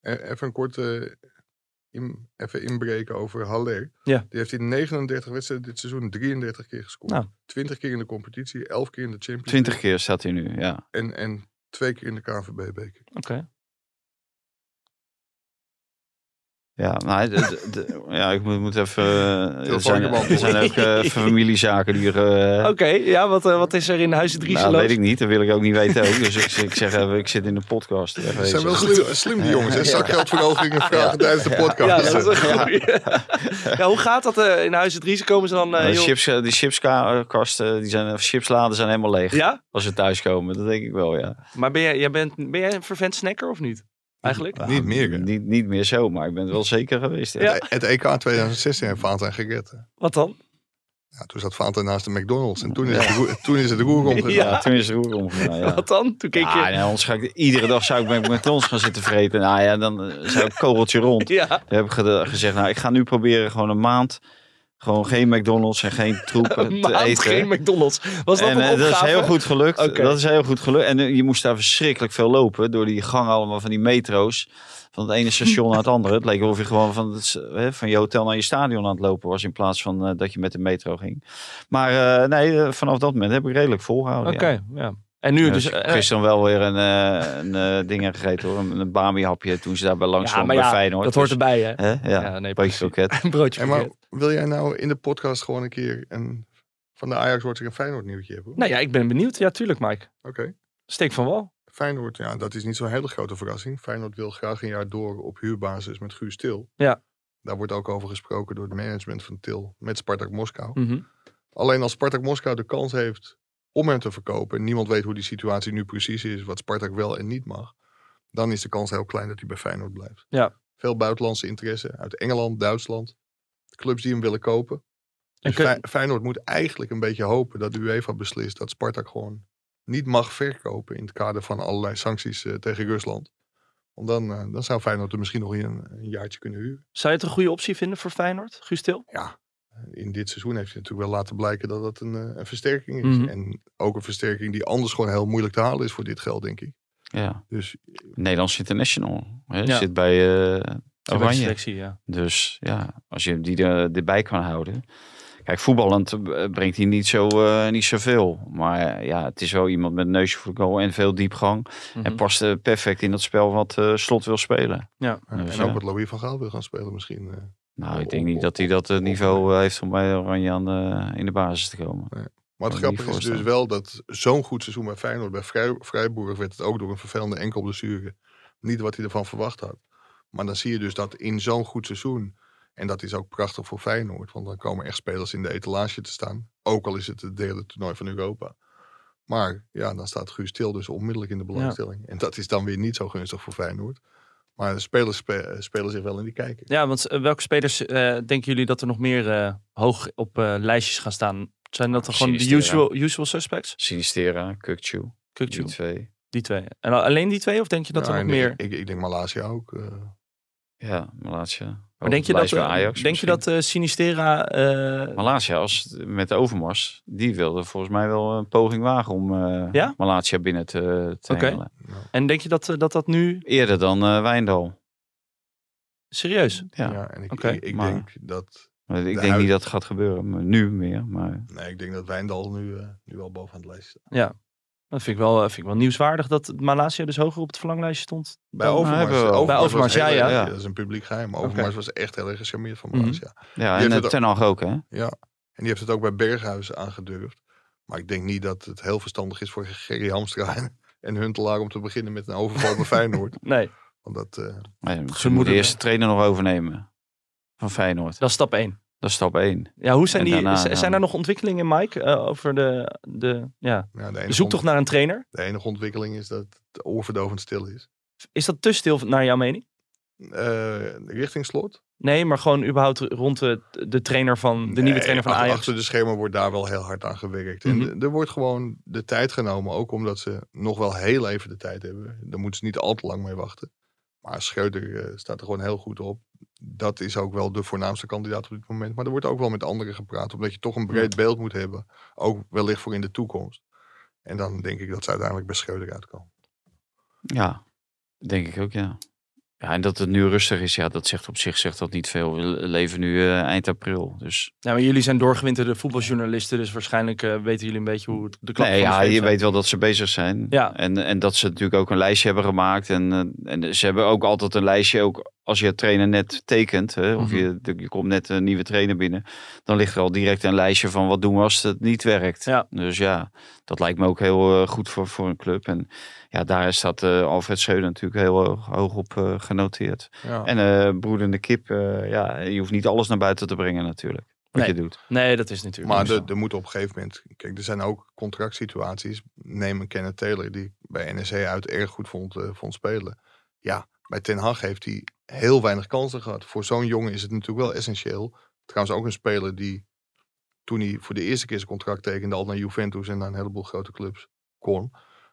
Speaker 5: e- Even een korte in, even inbreken over Haller.
Speaker 3: Ja.
Speaker 5: Die heeft in 39 wedstrijden dit seizoen 33 keer gescoord.
Speaker 3: Nou.
Speaker 5: 20 keer in de competitie, 11 keer in de Champions
Speaker 4: 20 keer staat hij nu, ja.
Speaker 5: League en, en 2 keer in de KNVB-beker.
Speaker 3: Oké.
Speaker 4: Ja, maar hij- de- de- ja ik moet, moet even... eh, Er zijn,
Speaker 5: Telefoonverband.
Speaker 4: er zijn ook eh, familiezaken die... eh
Speaker 3: Oké, ja, wat, eh, wat is er in Huizen Driessen
Speaker 4: nou,
Speaker 3: los?
Speaker 4: weet ik niet. Dat wil ik ook niet weten ook. Dus ik, ik zeg even, ik zit in de podcast.
Speaker 5: Ze
Speaker 4: Even
Speaker 5: zijn wel
Speaker 4: wezen.
Speaker 5: slim, slim die jongens. En
Speaker 4: Ja.
Speaker 5: zakgeldverhogingen vragen tijdens de
Speaker 3: Ja,
Speaker 5: podcast.
Speaker 3: dat is een goeie. Ja, hoe gaat dat eh, in Huizen Driessen? Komen ze dan... eh,
Speaker 4: Maar de
Speaker 3: heel-
Speaker 4: chips, eh, die chipskasten, die zijn, of chipsladen zijn helemaal leeg.
Speaker 3: Ja?
Speaker 4: Als ze thuiskomen, dat denk ik wel, ja.
Speaker 3: Maar ben jij, jij bent, ben jij een vervent snacker of niet? Eigenlijk?
Speaker 5: Ja, Niet meer, hè?
Speaker 4: Niet, niet meer zo, maar ik ben het wel zeker geweest. hè.
Speaker 3: Ja.
Speaker 5: Het- E Het EK 2016 heeft Vaantijn gered. hè.
Speaker 3: Wat dan?
Speaker 5: Ja, toen zat Vaantijn naast de McDonald's. En toen is, het, roer- toen is het roer omgegaan.
Speaker 3: Ja.
Speaker 4: Ja, toen is het roer omgegaan, ja.
Speaker 3: Wat dan? Toen keek
Speaker 4: Ja,
Speaker 3: je...
Speaker 4: nou, anders ga ik iedere dag zou ik met McDonald's gaan zitten vreten. Nou ja, dan eh, zou ik kogeltje rond.
Speaker 3: Ja,
Speaker 4: Toen heb ik gede- gezegd, nou, ik ga nu proberen gewoon een maand gewoon geen McDonald's en geen troepen
Speaker 3: een
Speaker 4: te
Speaker 3: maand
Speaker 4: eten.
Speaker 3: geen McDonald's. Was dat
Speaker 4: en
Speaker 3: een
Speaker 4: eh,
Speaker 3: opgave?
Speaker 4: dat is heel goed gelukt.
Speaker 3: Oké.
Speaker 4: Dat is heel goed gelukt. En eh, je moest daar verschrikkelijk veel lopen door die gang allemaal van die metro's. Van het ene station naar het andere. Het leek alsof je gewoon van, het, s- hè, van je hotel naar je stadion aan het lopen was. In plaats van eh, dat je met de metro ging. Maar eh, nee, eh, vanaf dat moment heb ik redelijk volgehouden.
Speaker 3: Oké,
Speaker 4: ja.
Speaker 3: ja. En nu
Speaker 4: Ja,
Speaker 3: dus...
Speaker 4: ik heb
Speaker 3: eh,
Speaker 4: gisteren wel weer een, eh een eh, ding heb gegeten hoor. Een, een Bami-hapje toen ze daarbij langs
Speaker 3: ja,
Speaker 4: kwamen
Speaker 3: maar
Speaker 4: bij
Speaker 3: ja,
Speaker 4: Feyenoord.
Speaker 3: dat hoort
Speaker 4: Dus,
Speaker 3: erbij, hè?
Speaker 4: hè?
Speaker 3: Ja,
Speaker 4: Ja,
Speaker 3: nee,
Speaker 4: een beetje
Speaker 3: precies.
Speaker 4: kroket.
Speaker 3: Een broodje
Speaker 5: En maar
Speaker 3: kroket.
Speaker 5: wil jij nou in de podcast gewoon een keer een, van de Ajax wordt er een Feyenoord nieuwtje hebben? hoor?
Speaker 3: Nou ja, ik ben benieuwd. Ja, tuurlijk, Mike.
Speaker 5: Oké.
Speaker 3: Steek van wal.
Speaker 5: Feyenoord, ja, dat is niet zo'n hele grote verrassing. Feyenoord wil graag een jaar door op huurbasis met Guus Til.
Speaker 3: Ja.
Speaker 5: Daar wordt ook over gesproken door het management van Til met Spartak Moskou.
Speaker 3: Mhm.
Speaker 5: Alleen als Spartak Moskou de kans heeft om hem te verkopen... en niemand weet hoe die situatie nu precies is, wat Spartak wel en niet mag... dan is de kans heel klein dat hij bij Feyenoord blijft.
Speaker 3: Ja.
Speaker 5: Veel buitenlandse interesse uit Engeland, Duitsland. Clubs die hem willen kopen.
Speaker 3: En
Speaker 5: Dus
Speaker 3: kun-
Speaker 5: Fey- Feyenoord moet eigenlijk een beetje hopen dat de UEFA beslist dat Spartak gewoon niet mag verkopen in het kader van allerlei sancties eh, tegen Rusland. Want dan, eh, dan zou Feyenoord er misschien nog in een, een jaartje kunnen huren.
Speaker 3: Zou je het een goede optie vinden voor Feyenoord, Guus Til?
Speaker 5: In dit seizoen heeft hij natuurlijk wel laten blijken dat dat een, eh, een versterking is.
Speaker 3: Mhm.
Speaker 5: En ook een versterking die anders gewoon heel moeilijk te halen is voor dit geld, denk ik.
Speaker 4: Ja.
Speaker 5: Dus
Speaker 4: Nederlands International. Hè,
Speaker 3: Ja.
Speaker 4: Zit bij eh,
Speaker 3: Oh, bij de
Speaker 4: Oranje.
Speaker 3: selectie, ja.
Speaker 4: Dus ja, als je die er, erbij kan houden. Kijk, voetballend eh, brengt hij niet, zo, eh, niet zoveel. Maar eh, ja, het is wel iemand met een neusje voor de goal en veel diepgang. En
Speaker 3: Mhm.
Speaker 4: past eh, perfect in dat spel wat eh, Slot wil spelen.
Speaker 5: eh,
Speaker 4: Dus ja.
Speaker 5: en ook wat Louis van Gaal wil gaan spelen misschien. eh.
Speaker 4: Nou, ik denk niet dat hij dat eh, niveau eh, heeft om bij Oranje aan de, in de basis te komen.
Speaker 5: Maar het
Speaker 4: Kan me niet
Speaker 5: grappige is dus
Speaker 4: voorstellen.
Speaker 5: wel dat zo'n goed seizoen bij Feyenoord, bij Vrij, Vrijburg werd het ook door een vervelende enkelblessure niet wat hij ervan verwacht had. Maar dan zie je dus dat in zo'n goed seizoen, en dat is ook prachtig voor Feyenoord, want dan komen echt spelers in de etalage te staan. Ook al is het het derde toernooi van Europa. Maar ja, dan staat Guus Til dus onmiddellijk in de belangstelling. En dat is dan weer niet zo gunstig voor Feyenoord. Maar de spelers spe- eh, spelen zich wel in die kijker.
Speaker 3: Ja, want eh, welke spelers eh, denken jullie dat er nog meer eh, hoog op eh, lijstjes gaan staan? Zijn dat dan gewoon de
Speaker 4: Sinistera.
Speaker 3: usual, usual suspects?
Speaker 4: Sinistera, Kukcu, die
Speaker 3: Kukçu,
Speaker 4: twee.
Speaker 3: die twee. En al- alleen die twee? Of denk je dat
Speaker 5: Ja,
Speaker 3: er
Speaker 5: en
Speaker 3: nog meer...
Speaker 5: ik, ik, ik denk Malasia ook. eh,
Speaker 4: Ja, Malatia.
Speaker 3: Maar denk je dat, eh,
Speaker 4: Oh, Ajax
Speaker 3: denk je dat eh, Sinistera... eh,
Speaker 4: Malatia als, met de Overmars, die wilde volgens mij wel een poging wagen om eh
Speaker 3: Ja?
Speaker 4: Malatia binnen te, te
Speaker 3: Oké.
Speaker 4: hengelen.
Speaker 5: nou,
Speaker 3: en denk je dat, eh, dat dat nu...
Speaker 4: Eerder dan eh, Wijndal.
Speaker 3: Serieus?
Speaker 4: Ja.
Speaker 5: ja. en ik,
Speaker 3: oké,
Speaker 5: ik, ik
Speaker 4: maar-
Speaker 5: denk dat
Speaker 4: Maar Ik
Speaker 5: De
Speaker 4: denk
Speaker 5: huid-
Speaker 4: niet dat het gaat gebeuren, maar nu meer. Maar
Speaker 5: Nee, ik denk dat Wijndal nu, eh, nu al bovenaan het lijst staat.
Speaker 3: Dat vind ik wel, eh, vind ik wel nieuwswaardig dat Malasia dus hoger op het verlanglijstje stond.
Speaker 5: Bij
Speaker 4: Nou,
Speaker 5: Overmars,
Speaker 4: hebben we wel.
Speaker 3: Bij
Speaker 5: was
Speaker 3: Overmars,
Speaker 5: heel
Speaker 3: ja, ja.
Speaker 5: erg-
Speaker 4: Ja.
Speaker 5: Dat is een publiek geheim. maar Overmars
Speaker 3: Oké.
Speaker 5: was echt heel erg gecharmeerd van
Speaker 3: Mhm.
Speaker 5: Malasia.
Speaker 4: ja,
Speaker 5: Je
Speaker 4: en
Speaker 5: hebt
Speaker 4: eh,
Speaker 5: het-
Speaker 4: Ten Hag ook, hè?
Speaker 5: Ja. En die heeft het ook bij Berghuis aangedurfd. Maar ik denk niet dat het heel verstandig is voor Gerry Hamstra en, en Huntelaar om te beginnen met een overval bij Feyenoord.
Speaker 3: Nee,
Speaker 5: Want dat, eh,
Speaker 4: Maar Ze, moeten
Speaker 3: moeten-
Speaker 4: de eerste trainer nog overnemen van Feyenoord.
Speaker 3: dat is stap 1.
Speaker 4: Dat is stap 1.
Speaker 3: Ja, hoe zijn
Speaker 4: En
Speaker 3: die,
Speaker 4: daarna,
Speaker 3: z-
Speaker 4: ja.
Speaker 3: zijn er nog ontwikkelingen, Mike, eh, over de, de, ja,
Speaker 5: ja, de,
Speaker 3: de
Speaker 5: enige
Speaker 3: zoektocht
Speaker 5: ont-
Speaker 3: naar een trainer?
Speaker 5: de enige ontwikkeling is dat het oorverdovend stil is.
Speaker 3: Is dat te stil naar jouw mening?
Speaker 5: Eh, richting slot.
Speaker 3: Nee, maar gewoon überhaupt rond de, de trainer van, de nieuwe
Speaker 5: Nee,
Speaker 3: trainer van
Speaker 5: ach-
Speaker 3: Ajax.
Speaker 5: Achter de schermen wordt daar wel heel hard aan gewerkt.
Speaker 3: Mhm.
Speaker 5: En d- er wordt gewoon de tijd genomen, ook omdat ze nog wel heel even de tijd hebben. Daar moeten ze niet al te lang mee wachten. Maar Schreuder eh, staat er gewoon heel goed op. Dat is ook wel de voornaamste kandidaat op dit moment. Maar er wordt ook wel met anderen gepraat, omdat je toch een breed beeld moet hebben. Ook wellicht voor in de toekomst. En dan denk ik dat ze uiteindelijk bij Schreuder uitkomen.
Speaker 4: Ja, denk ik ook, ja. Ja, en dat het nu rustig is, ja, dat zegt op zich zegt dat niet veel. We le- leven nu eh, eind april, dus...
Speaker 3: Nou, maar jullie zijn doorgewinterde voetbaljournalisten, dus waarschijnlijk eh, weten jullie een beetje hoe het- de klap
Speaker 4: Nee,
Speaker 3: van de
Speaker 4: ja,
Speaker 3: zweep
Speaker 4: je
Speaker 3: staat.
Speaker 4: weet wel dat ze bezig zijn.
Speaker 3: Ja.
Speaker 4: En, en dat ze natuurlijk ook een lijstje hebben gemaakt. En, eh, en ze hebben ook altijd een lijstje, ook als je trainer net tekent, hè, of
Speaker 3: Mhm.
Speaker 4: je, de- je komt net een nieuwe trainer binnen, dan ligt er al direct een lijstje van wat doen we als het niet werkt.
Speaker 3: Ja.
Speaker 4: Dus ja, dat lijkt me ook heel eh, goed voor, voor een club. En ja, daar staat eh, Alfred Schreuder natuurlijk heel hoog, hoog op eh, genoteerd.
Speaker 5: Ja.
Speaker 4: En eh broedende kip, eh, ja, je hoeft niet alles naar buiten te brengen natuurlijk. Wat
Speaker 3: Nee.
Speaker 4: je doet.
Speaker 3: Nee, dat is natuurlijk
Speaker 5: Maar
Speaker 3: niet zo.
Speaker 5: er, er moet op een gegeven moment. Kijk, er zijn ook contractsituaties. Neem een Kenneth Taylor, die ik bij NEC uit erg goed vond, eh, vond spelen. Ja, bij Ten Hag heeft hij heel weinig kansen gehad. Voor zo'n jongen is het natuurlijk wel essentieel. Trouwens, ook een speler die toen hij voor de eerste keer zijn contract tekende, al naar Juventus en naar een heleboel grote clubs kon.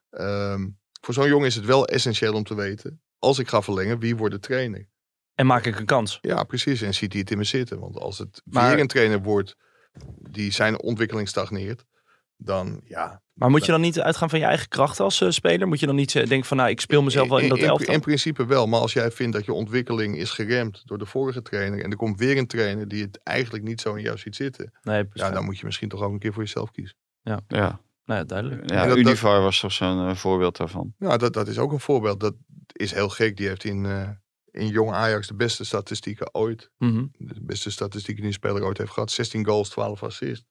Speaker 5: Ehm, voor zo'n jongen is het wel essentieel om te weten. Als ik ga verlengen, wie wordt de trainer?
Speaker 3: En maak ik een kans.
Speaker 5: Ja, precies. En ziet hij het in me zitten. Want als het
Speaker 3: Maar-
Speaker 5: weer een trainer wordt die zijn ontwikkeling stagneert, dan ja.
Speaker 3: Maar moet je dan niet uitgaan van je eigen krachten als eh, speler? Moet je dan niet eh, denken van, nou, ik speel mezelf wel in dat elftal?
Speaker 5: in principe wel. Maar als jij vindt dat je ontwikkeling is geremd door de vorige trainer en er komt weer een trainer die het eigenlijk niet zo in jou ziet zitten,
Speaker 3: Nee, precies.
Speaker 5: ja, dan moet je misschien toch ook een keer voor jezelf kiezen.
Speaker 4: Ja.
Speaker 3: Nou ja, duidelijk.
Speaker 4: Ja,
Speaker 5: En dat-
Speaker 4: Univar was toch zo'n eh, voorbeeld daarvan.
Speaker 5: Nou, dat, dat is ook een voorbeeld. Dat is heel gek. Die heeft in, eh, in jong Ajax de beste statistieken ooit.
Speaker 3: Mhm.
Speaker 5: de beste statistieken die een speler ooit heeft gehad. 16 goals, 12 assists.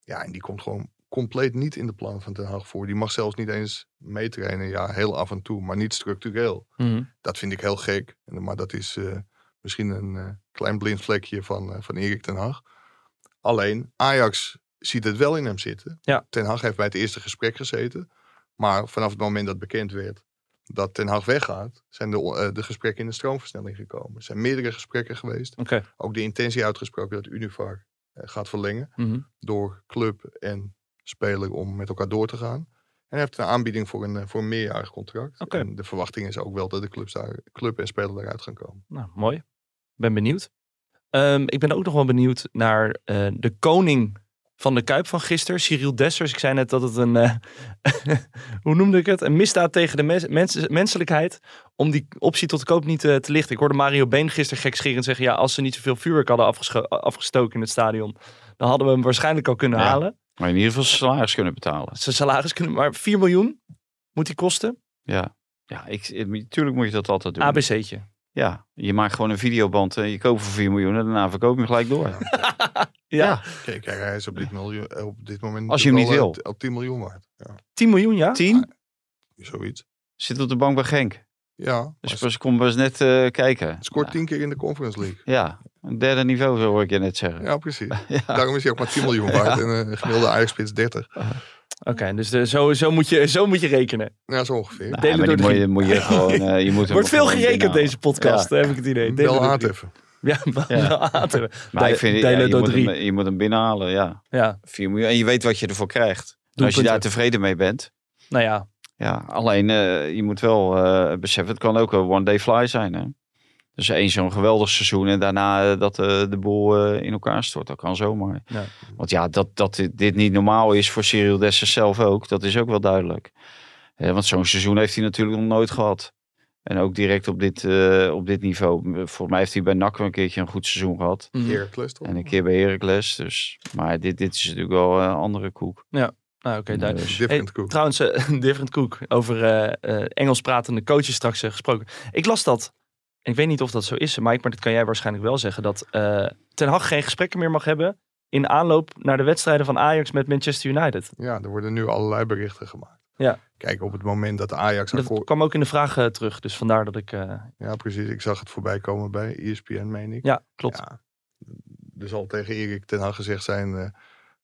Speaker 5: Ja, en die komt gewoon compleet niet in de plan van Ten Hag voor. Die mag zelfs niet eens meetrainen. Ja, heel af en toe, maar niet structureel.
Speaker 3: Mhm.
Speaker 5: Dat vind ik heel gek. En- Maar dat is eh, misschien een eh, klein blind vlekje van, eh, van Erik Ten Hag. Alleen, Ajax ziet het wel in hem zitten.
Speaker 3: Ja.
Speaker 5: Ten Hag heeft bij het eerste gesprek gezeten. Maar vanaf het moment dat bekend werd dat Ten Hag weggaat... zijn de, eh, de gesprekken in de stroomversnelling gekomen. Er zijn meerdere gesprekken geweest
Speaker 3: Oké.
Speaker 5: ook de intentie uitgesproken dat Univar eh, gaat verlengen.
Speaker 3: Mhm.
Speaker 5: Door club en speler om met elkaar door te gaan. En hij heeft een aanbieding voor een, eh, voor een meerjarig contract.
Speaker 3: Oké.
Speaker 5: En de verwachting is ook wel dat de clubs daar, club en speler daaruit gaan komen.
Speaker 3: Nou, mooi. Ik ben benieuwd. Ehm, ik ben ook nog wel benieuwd naar eh, de koning van de Kuip van gisteren, Cyril Dessers. Ik zei net dat het een, eh, hoe noemde ik het, een misdaad tegen de mens- mens- menselijkheid om die optie tot koop niet eh, te lichten. Ik hoorde Mario Been gisteren gekscherend zeggen, ja, als ze niet zoveel vuurwerk hadden afgescho- afgestoken in het stadion, dan hadden we hem waarschijnlijk al kunnen
Speaker 4: Ja.
Speaker 3: halen.
Speaker 4: Maar in ieder geval salaris kunnen betalen.
Speaker 3: Zijn salaris kunnen, maar 4 miljoen moet die kosten.
Speaker 4: Ja, ja ik, ik- tuurlijk moet je dat altijd
Speaker 3: Ah,
Speaker 4: doen.
Speaker 3: ABC'tje.
Speaker 4: Ja, je maakt gewoon een videoband en je koopt voor 4 miljoen en daarna verkoop je hem gelijk door.
Speaker 3: Ja,
Speaker 4: Ja.
Speaker 5: Kijk, kijk, hij is op dit, miljoen, eh, op dit moment
Speaker 4: Als je hem
Speaker 5: natuurlijk
Speaker 4: niet
Speaker 5: al, eh, al 10 miljoen waard. Ja,
Speaker 3: 10 miljoen, ja?
Speaker 4: 10
Speaker 5: zoiets.
Speaker 4: zit op de bank bij Genk.
Speaker 5: Ja, maar
Speaker 4: Dus
Speaker 5: het
Speaker 4: pas kom pas net eh, kijken.
Speaker 5: scoort
Speaker 4: ja.
Speaker 5: 10 keer in de Conference League.
Speaker 4: Ja, een derde niveau zo hoor ik je net zeggen.
Speaker 5: Ja, precies.
Speaker 4: Ja.
Speaker 5: Daarom is hij ook maar 10 miljoen waard. En eh, een gemiddelde Ajax-spits 30.
Speaker 3: Oké, dus eh, zo, zo, moet je, zo moet je rekenen.
Speaker 5: Ja, zo ongeveer.
Speaker 4: Nou,
Speaker 3: Delen
Speaker 4: maar
Speaker 3: door
Speaker 4: die
Speaker 3: de
Speaker 4: moet je, moet je gewoon, eh, je moet
Speaker 3: Er
Speaker 4: hem
Speaker 3: wordt veel
Speaker 4: gewoon
Speaker 3: gerekend
Speaker 4: binnenhalen.
Speaker 3: deze podcast, heb ik het idee. Delen
Speaker 5: Bel
Speaker 3: door
Speaker 5: aan
Speaker 3: drie.
Speaker 5: even.
Speaker 3: Ja, bel
Speaker 4: Ja.
Speaker 3: aan te-
Speaker 4: Maar
Speaker 3: Delen-
Speaker 4: ik vind, ja,
Speaker 3: delen
Speaker 4: je,
Speaker 3: door
Speaker 4: moet
Speaker 3: drie.
Speaker 4: hem, je moet hem binnenhalen, ja.
Speaker 3: Ja,
Speaker 4: 4 miljoen. En je weet wat je ervoor krijgt. En als je
Speaker 3: Doelpunten.
Speaker 4: daar tevreden mee bent.
Speaker 3: nou ja.
Speaker 4: Ja, alleen eh, je moet wel eh, beseffen, het kan ook een one-day fly zijn. Hè? Dus één zo'n geweldig seizoen en daarna eh, dat eh, de boel eh, in elkaar stort. Dat kan zomaar.
Speaker 3: Ja.
Speaker 4: Want ja, dat, dat dit- dit niet normaal is voor Cyril Dessers zelf ook, dat is ook wel duidelijk. Hè, want zo'n seizoen heeft hij natuurlijk nog nooit gehad. En ook direct op dit, eh, op dit niveau. Volgens mij heeft hij bij NAC wel een keertje een goed seizoen gehad.
Speaker 3: mm.
Speaker 5: Heracles toch?
Speaker 4: Mhm. En een keer bij Heracles. Dus. Maar dit, dit is natuurlijk wel eh, een andere koek.
Speaker 3: Nou, oké, duidelijk.
Speaker 4: Dus,
Speaker 5: Different cook.
Speaker 3: Trouwens, eh, different cook. Over eh eh Engels pratende coaches straks eh, gesproken. Ik las dat. en Ik weet niet of dat zo is, Mike, maar dat kan jij waarschijnlijk wel zeggen. Dat eh, Ten Hag geen gesprekken meer mag hebben in aanloop naar de wedstrijden van Ajax met Manchester United.
Speaker 5: Ja, er worden nu allerlei berichten gemaakt.
Speaker 3: Ja.
Speaker 5: Kijk, op het moment dat de Ajax
Speaker 3: Dat
Speaker 5: akkoord...
Speaker 3: kwam ook in de vraag eh, terug, dus vandaar dat ik... eh,
Speaker 5: Ja, precies. Ik zag het voorbij komen bij E ESPN, meen ik.
Speaker 3: ja, klopt.
Speaker 5: Ja. Er zal tegen Erik ten Hag gezegd zijn eh,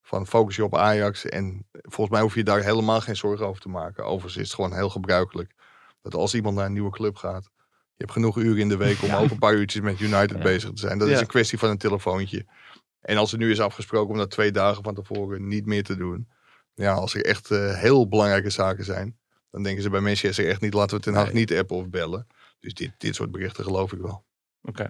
Speaker 5: van focus je op Ajax. En volgens mij hoef je daar helemaal geen zorgen over te maken. Overigens is het gewoon heel gebruikelijk dat als iemand naar een nieuwe club gaat... Je hebt genoeg uren in de week om ook een paar uurtjes met United
Speaker 4: Ja.
Speaker 5: bezig te zijn. Dat
Speaker 3: Ja.
Speaker 5: is een kwestie van een telefoontje. En als er nu is afgesproken om dat twee dagen van tevoren niet meer te doen. Ja, als er echt eh, heel belangrijke zaken zijn. Dan denken ze bij Manchester echt niet, laten we Ten Hag niet appen of bellen. Dus dit, dit soort berichten geloof ik wel.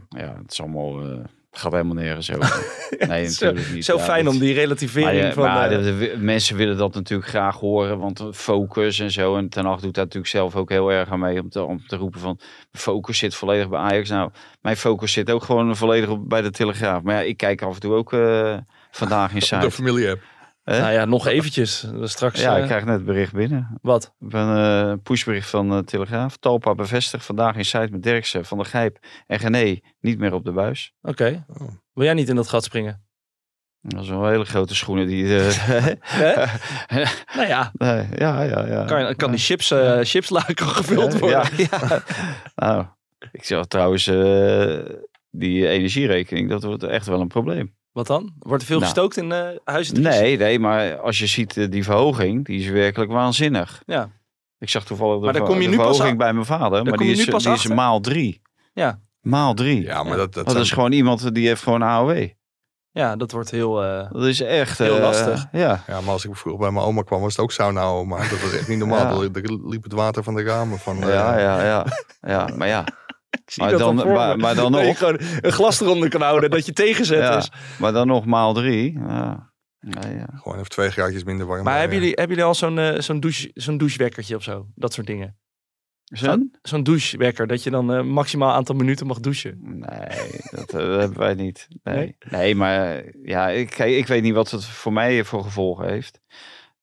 Speaker 4: ja, het is allemaal, eh, het gaat helemaal nergens over. nee,
Speaker 3: Zo-
Speaker 4: natuurlijk niet.
Speaker 3: Zo
Speaker 4: Ja,
Speaker 3: fijn
Speaker 4: dat-
Speaker 3: om die
Speaker 4: Maar,
Speaker 3: relativering
Speaker 4: ja,
Speaker 3: van...
Speaker 4: maar
Speaker 3: eh,
Speaker 4: de- de- mensen willen dat natuurlijk graag horen, want focus en zo. En Ten Hag doet daar natuurlijk zelf ook heel erg aan mee om te, om te roepen van... focus zit volledig bij Ajax. Nou, mijn focus zit ook gewoon volledig op, bij de Telegraaf. Maar ja, ik kijk af en toe ook eh, vandaag in
Speaker 5: De
Speaker 4: site.
Speaker 5: familie app.
Speaker 4: hè?
Speaker 3: Nou ja, nog eventjes. Straks
Speaker 4: Ja,
Speaker 3: eh,
Speaker 4: ik krijg net het bericht binnen.
Speaker 3: wat.
Speaker 4: Van, eh, Een pushbericht van eh, Telegraaf. Talpa bevestigt vandaag in site met Derksen, Van der Gijp en Gené niet meer op de buis.
Speaker 3: Oké.
Speaker 5: Oh.
Speaker 3: Wil jij niet in dat gat springen?
Speaker 4: Dat is wel hele grote schoenen die... eh,
Speaker 3: Hè? nou ja,
Speaker 4: nee, ja, ja, ja.
Speaker 3: kan, kan die chips, eh chipslaken gevuld
Speaker 4: Eh,
Speaker 3: worden?
Speaker 4: Ja, ja. nou, ik zeg trouwens, eh, die energierekening, dat wordt echt wel een probleem.
Speaker 3: Wat dan? Wordt er veel
Speaker 4: Nou.
Speaker 3: gestookt in eh huizen?
Speaker 4: Nee, nee, maar als je ziet eh, die verhoging, die is werkelijk waanzinnig.
Speaker 3: Ja.
Speaker 4: Ik zag toevallig de,
Speaker 3: Maar daar
Speaker 4: ver-
Speaker 3: kom je nu
Speaker 4: de
Speaker 3: pas
Speaker 4: verhoging
Speaker 3: a-
Speaker 4: bij mijn vader, maar
Speaker 3: kom
Speaker 4: die
Speaker 3: je
Speaker 4: is,
Speaker 3: nu pas
Speaker 4: die is
Speaker 3: achter?
Speaker 4: maal drie.
Speaker 3: Ja.
Speaker 4: Maal drie.
Speaker 5: Ja, maar dat, dat,
Speaker 4: Oh, Dat
Speaker 5: zijn-
Speaker 4: is gewoon iemand die heeft gewoon een AOW.
Speaker 3: Ja, dat wordt heel... eh,
Speaker 4: Dat is echt
Speaker 3: Heel
Speaker 4: eh,
Speaker 3: lastig.
Speaker 4: Ja.
Speaker 5: Ja, maar als ik vroeger bij mijn oma kwam, was het ook sauna maar Dat was echt niet normaal. Er er liep het water van de ramen. Van, eh,
Speaker 4: Ja, ja, ja, ja. Maar ja,
Speaker 3: zie
Speaker 4: maar
Speaker 3: dat
Speaker 4: dan-
Speaker 3: voor me.
Speaker 4: maar- maar dan
Speaker 3: Dat je
Speaker 4: nog.
Speaker 3: gewoon een glas eronder kan houden dat je tegenzet
Speaker 4: Ja.
Speaker 3: is.
Speaker 4: maar dan nog maal drie. Ja. Ja, ja.
Speaker 5: Gewoon even twee graadjes minder warm.
Speaker 3: Maar
Speaker 5: Eh,
Speaker 3: hebben, jullie, hebben jullie al zo'n eh, zo'n douche, zo'n douchewekkertje of zo? Dat soort dingen.
Speaker 4: Zo'n?
Speaker 3: Zo'n douchewekker, dat je dan eh, maximaal aantal minuten mag douchen.
Speaker 4: Nee, dat, eh, dat hebben wij niet. Nee,
Speaker 3: Nee?
Speaker 4: nee? maar eh, ja, ik, kijk, ik weet niet wat het voor mij voor gevolgen heeft.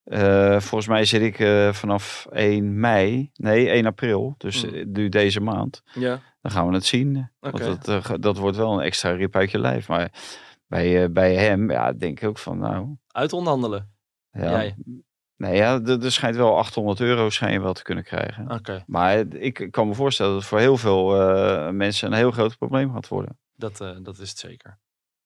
Speaker 4: Eh, volgens mij zit ik eh, vanaf 1 mei, nee 1 april, dus
Speaker 3: Hmm.
Speaker 4: eh, nu deze maand.
Speaker 3: Ja.
Speaker 4: Dan gaan we het zien.
Speaker 3: Oké.
Speaker 4: Want dat, eh, dat wordt wel een extra rip uit je lijf. Maar bij, eh, bij hem, ja, denk ik ook van nou...
Speaker 3: Uit onderhandelen.
Speaker 4: Ja,
Speaker 3: Jij.
Speaker 4: Nee, ja, er er schijnt wel 800 euro schijn je wel te kunnen krijgen.
Speaker 3: Oké,
Speaker 4: Maar ik kan me voorstellen dat het voor heel veel eh, mensen een heel groot probleem gaat worden.
Speaker 3: dat, eh, dat is het zeker.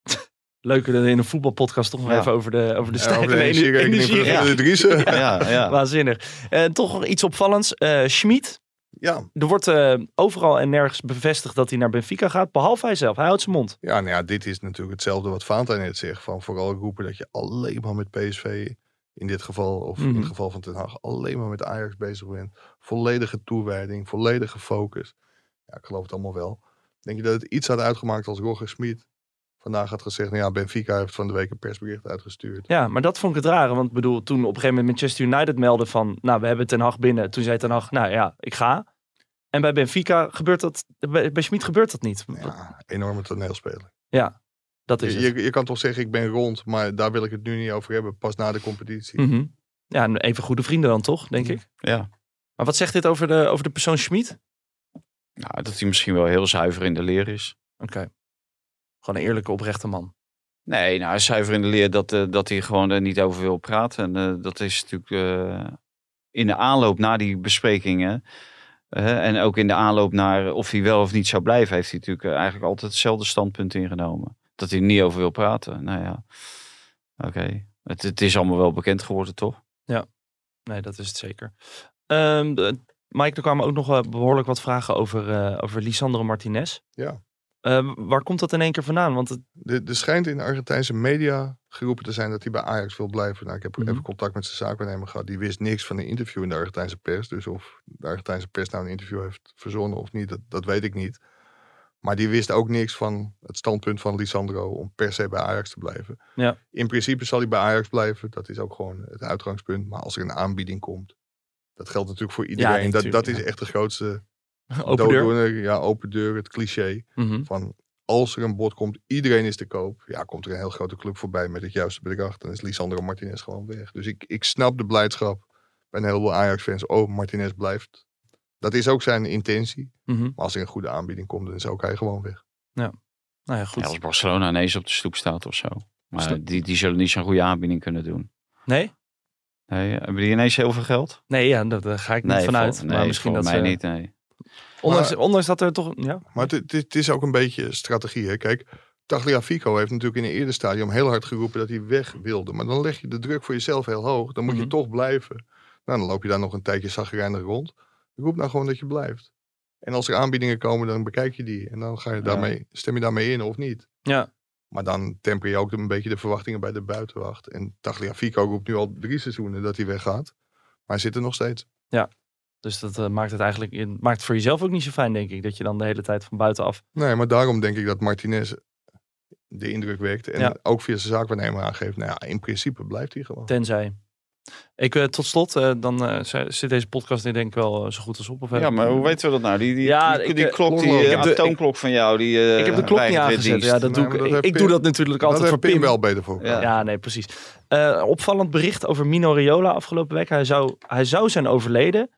Speaker 3: Leuk dat we in een voetbalpodcast toch nog
Speaker 4: Ja.
Speaker 3: even over de, over de
Speaker 5: ja, over
Speaker 3: stijgende
Speaker 5: de
Speaker 3: energie,
Speaker 5: energierekening van de
Speaker 4: energie-
Speaker 5: familie Driessen.
Speaker 4: Ja, ja.
Speaker 3: Waanzinnig. Eh, toch nog iets opvallends. Eh Schmid
Speaker 5: Ja,
Speaker 3: Er wordt eh, overal en nergens bevestigd dat hij naar Benfica gaat, behalve hij zelf. Hij houdt zijn mond.
Speaker 5: ja, nou ja, dit is natuurlijk hetzelfde wat Valentijn net zegt. Van vooral roepen dat je alleen maar met PSV, in dit geval, of in
Speaker 3: Mhm.
Speaker 5: het geval van Ten Hag, alleen maar met Ajax bezig bent. Volledige toewijding, volledige focus. Ja, ik geloof het allemaal wel. Denk je dat het iets had uitgemaakt als Roger Smit vandaag had gezegd, nou ja, Benfica heeft van de week een persbericht uitgestuurd.
Speaker 3: Ja, maar dat vond ik het rare. Want ik bedoel, toen op een gegeven moment Manchester United meldde van... Nou, we hebben Ten Hag binnen. Toen zei Ten Hag, nou ja, ik ga. En bij Benfica gebeurt dat... Bij, bij Schmid gebeurt dat niet.
Speaker 5: Ja, enorme toneelspeler.
Speaker 3: Dat is het.
Speaker 5: Je, je kan toch zeggen, ik ben rond, maar daar wil ik het nu niet over hebben. Pas na de competitie.
Speaker 3: Mhm. Ja, en even goede vrienden dan toch, denk ik.
Speaker 4: Ja.
Speaker 3: Maar wat zegt dit over de, over de persoon Schmid? Oké.
Speaker 4: Nou, dat hij misschien wel heel zuiver in de leer is.
Speaker 3: Gewoon een eerlijke, oprechte man.
Speaker 4: Nee, nou, hij is zuiver in de leer dat, eh, dat hij gewoon er niet over wil praten. En eh, dat is natuurlijk eh, in de aanloop naar die besprekingen. eh, en ook in de aanloop naar of hij wel of niet zou blijven, heeft hij natuurlijk eh, eigenlijk altijd hetzelfde standpunt ingenomen. Dat hij er niet over wil praten. Nou ja, oké. Het, het is allemaal wel bekend geworden, toch?
Speaker 3: Nee, dat is het zeker. Ehm, de- Mike, er kwamen ook nog eh, behoorlijk wat vragen over, eh, over Lisandro Martinez.
Speaker 5: Ja.
Speaker 3: Ehm, waar komt dat in één keer vandaan? Want het,
Speaker 5: Er er schijnt in de Argentijnse media geroepen te zijn dat hij bij Ajax wil blijven. Nou, ik heb
Speaker 3: Mhm.
Speaker 5: even contact met zijn zaakwaarnemer gehad. Die wist niks van een interview in de Argentijnse pers. Dus of de Argentijnse pers nou een interview heeft verzonnen of niet, dat, dat weet ik niet. Maar die wist ook niks van het standpunt van Lisandro om per se bij Ajax te blijven.
Speaker 3: Ja.
Speaker 5: In principe zal hij bij Ajax blijven. Dat is ook gewoon het uitgangspunt. Maar als er een aanbieding komt, dat geldt natuurlijk voor iedereen. dat
Speaker 3: natuurlijk,
Speaker 5: dat
Speaker 3: ja.
Speaker 5: is echt de grootste
Speaker 3: open deur.
Speaker 5: dooddoener. Ja, open deur, het cliché
Speaker 3: Mhm.
Speaker 5: van als er een bod komt, iedereen is te koop. Ja, komt er een heel grote club voorbij met het juiste bedrag. Dan is Lisandro Martinez gewoon weg. Dus ik, ik snap de blijdschap bij een heleboel Ajax-fans. Oh, Martinez blijft. Dat is ook zijn intentie.
Speaker 3: Mhm.
Speaker 5: Maar als er een goede aanbieding komt, dan is ook hij gewoon weg.
Speaker 3: Nou ja, goed.
Speaker 4: Ja, als Barcelona ineens op de stoep staat of zo. Maar
Speaker 3: Snap-
Speaker 4: die, die zullen niet zo'n goede aanbieding kunnen doen.
Speaker 3: Nee?
Speaker 4: Nee, eh, hebben die ineens heel veel geld?
Speaker 3: Nee, ja, daar daar ga ik niet
Speaker 4: nee,
Speaker 3: vanuit.
Speaker 4: vol- nee,
Speaker 3: maar misschien dat eh,
Speaker 4: volgens
Speaker 3: ze,
Speaker 4: mij niet. Nee.
Speaker 3: Ondanks,
Speaker 5: Maar-
Speaker 3: ondanks dat er toch... Ja,
Speaker 5: Maar het- het, het is ook een beetje strategie. Hè? Kijk, Tagliafico heeft natuurlijk in een eerder stadium heel hard geroepen dat hij weg wilde. Maar dan leg je de druk voor jezelf heel hoog. Dan moet
Speaker 3: Mhm.
Speaker 5: je toch blijven. Nou, dan loop je daar nog een tijdje zagrijnig rond. Roep nou gewoon dat je blijft. En als er aanbiedingen komen, dan bekijk je die. En dan ga je daarmee, stem je daarmee in of niet.
Speaker 3: Ja.
Speaker 5: Maar dan temper je ook een beetje de verwachtingen bij de buitenwacht. En Tagliafico roept nu al drie seizoenen dat hij weggaat. Maar hij zit er nog steeds.
Speaker 3: dus dat eh, maakt het eigenlijk... het maakt het voor jezelf ook niet zo fijn, denk ik. Dat je dan de hele tijd van buitenaf...
Speaker 5: Nee, maar daarom denk ik dat Martinez de indruk wekt. En
Speaker 3: Ja.
Speaker 5: ook via zijn zaakwaarnemer aangeeft. Nou ja, in principe blijft hij gewoon.
Speaker 3: Tenzij... Ik, eh, tot slot, eh, dan eh, z- zit deze podcast nu denk ik wel eh, zo goed als op. Of heb
Speaker 4: Ja,
Speaker 3: ik-
Speaker 4: maar hoe weten we dat nou? Die, die,
Speaker 3: Ja,
Speaker 4: die,
Speaker 3: ik,
Speaker 4: die
Speaker 3: eh,
Speaker 4: klok, die
Speaker 5: ik
Speaker 4: eh,
Speaker 5: heb
Speaker 3: de-
Speaker 4: atoomklok van jou, die eh,
Speaker 3: ik heb de klok niet
Speaker 4: weigert weer
Speaker 3: aangezet.
Speaker 4: dienst.
Speaker 3: Ja, dat
Speaker 5: Nee,
Speaker 3: doe
Speaker 5: maar
Speaker 3: ik.
Speaker 5: dat
Speaker 3: ik.
Speaker 5: heeft
Speaker 3: ik doe
Speaker 5: Pim-
Speaker 3: dat natuurlijk
Speaker 5: Dat
Speaker 3: altijd
Speaker 5: heeft
Speaker 3: voor
Speaker 5: Pim
Speaker 3: Pim.
Speaker 5: wel beter voor.
Speaker 4: Ja.
Speaker 5: Ja.
Speaker 3: Ja, nee, precies. Eh, opvallend bericht over Mino Raiola afgelopen week. Hij zou, hij zou zijn overleden.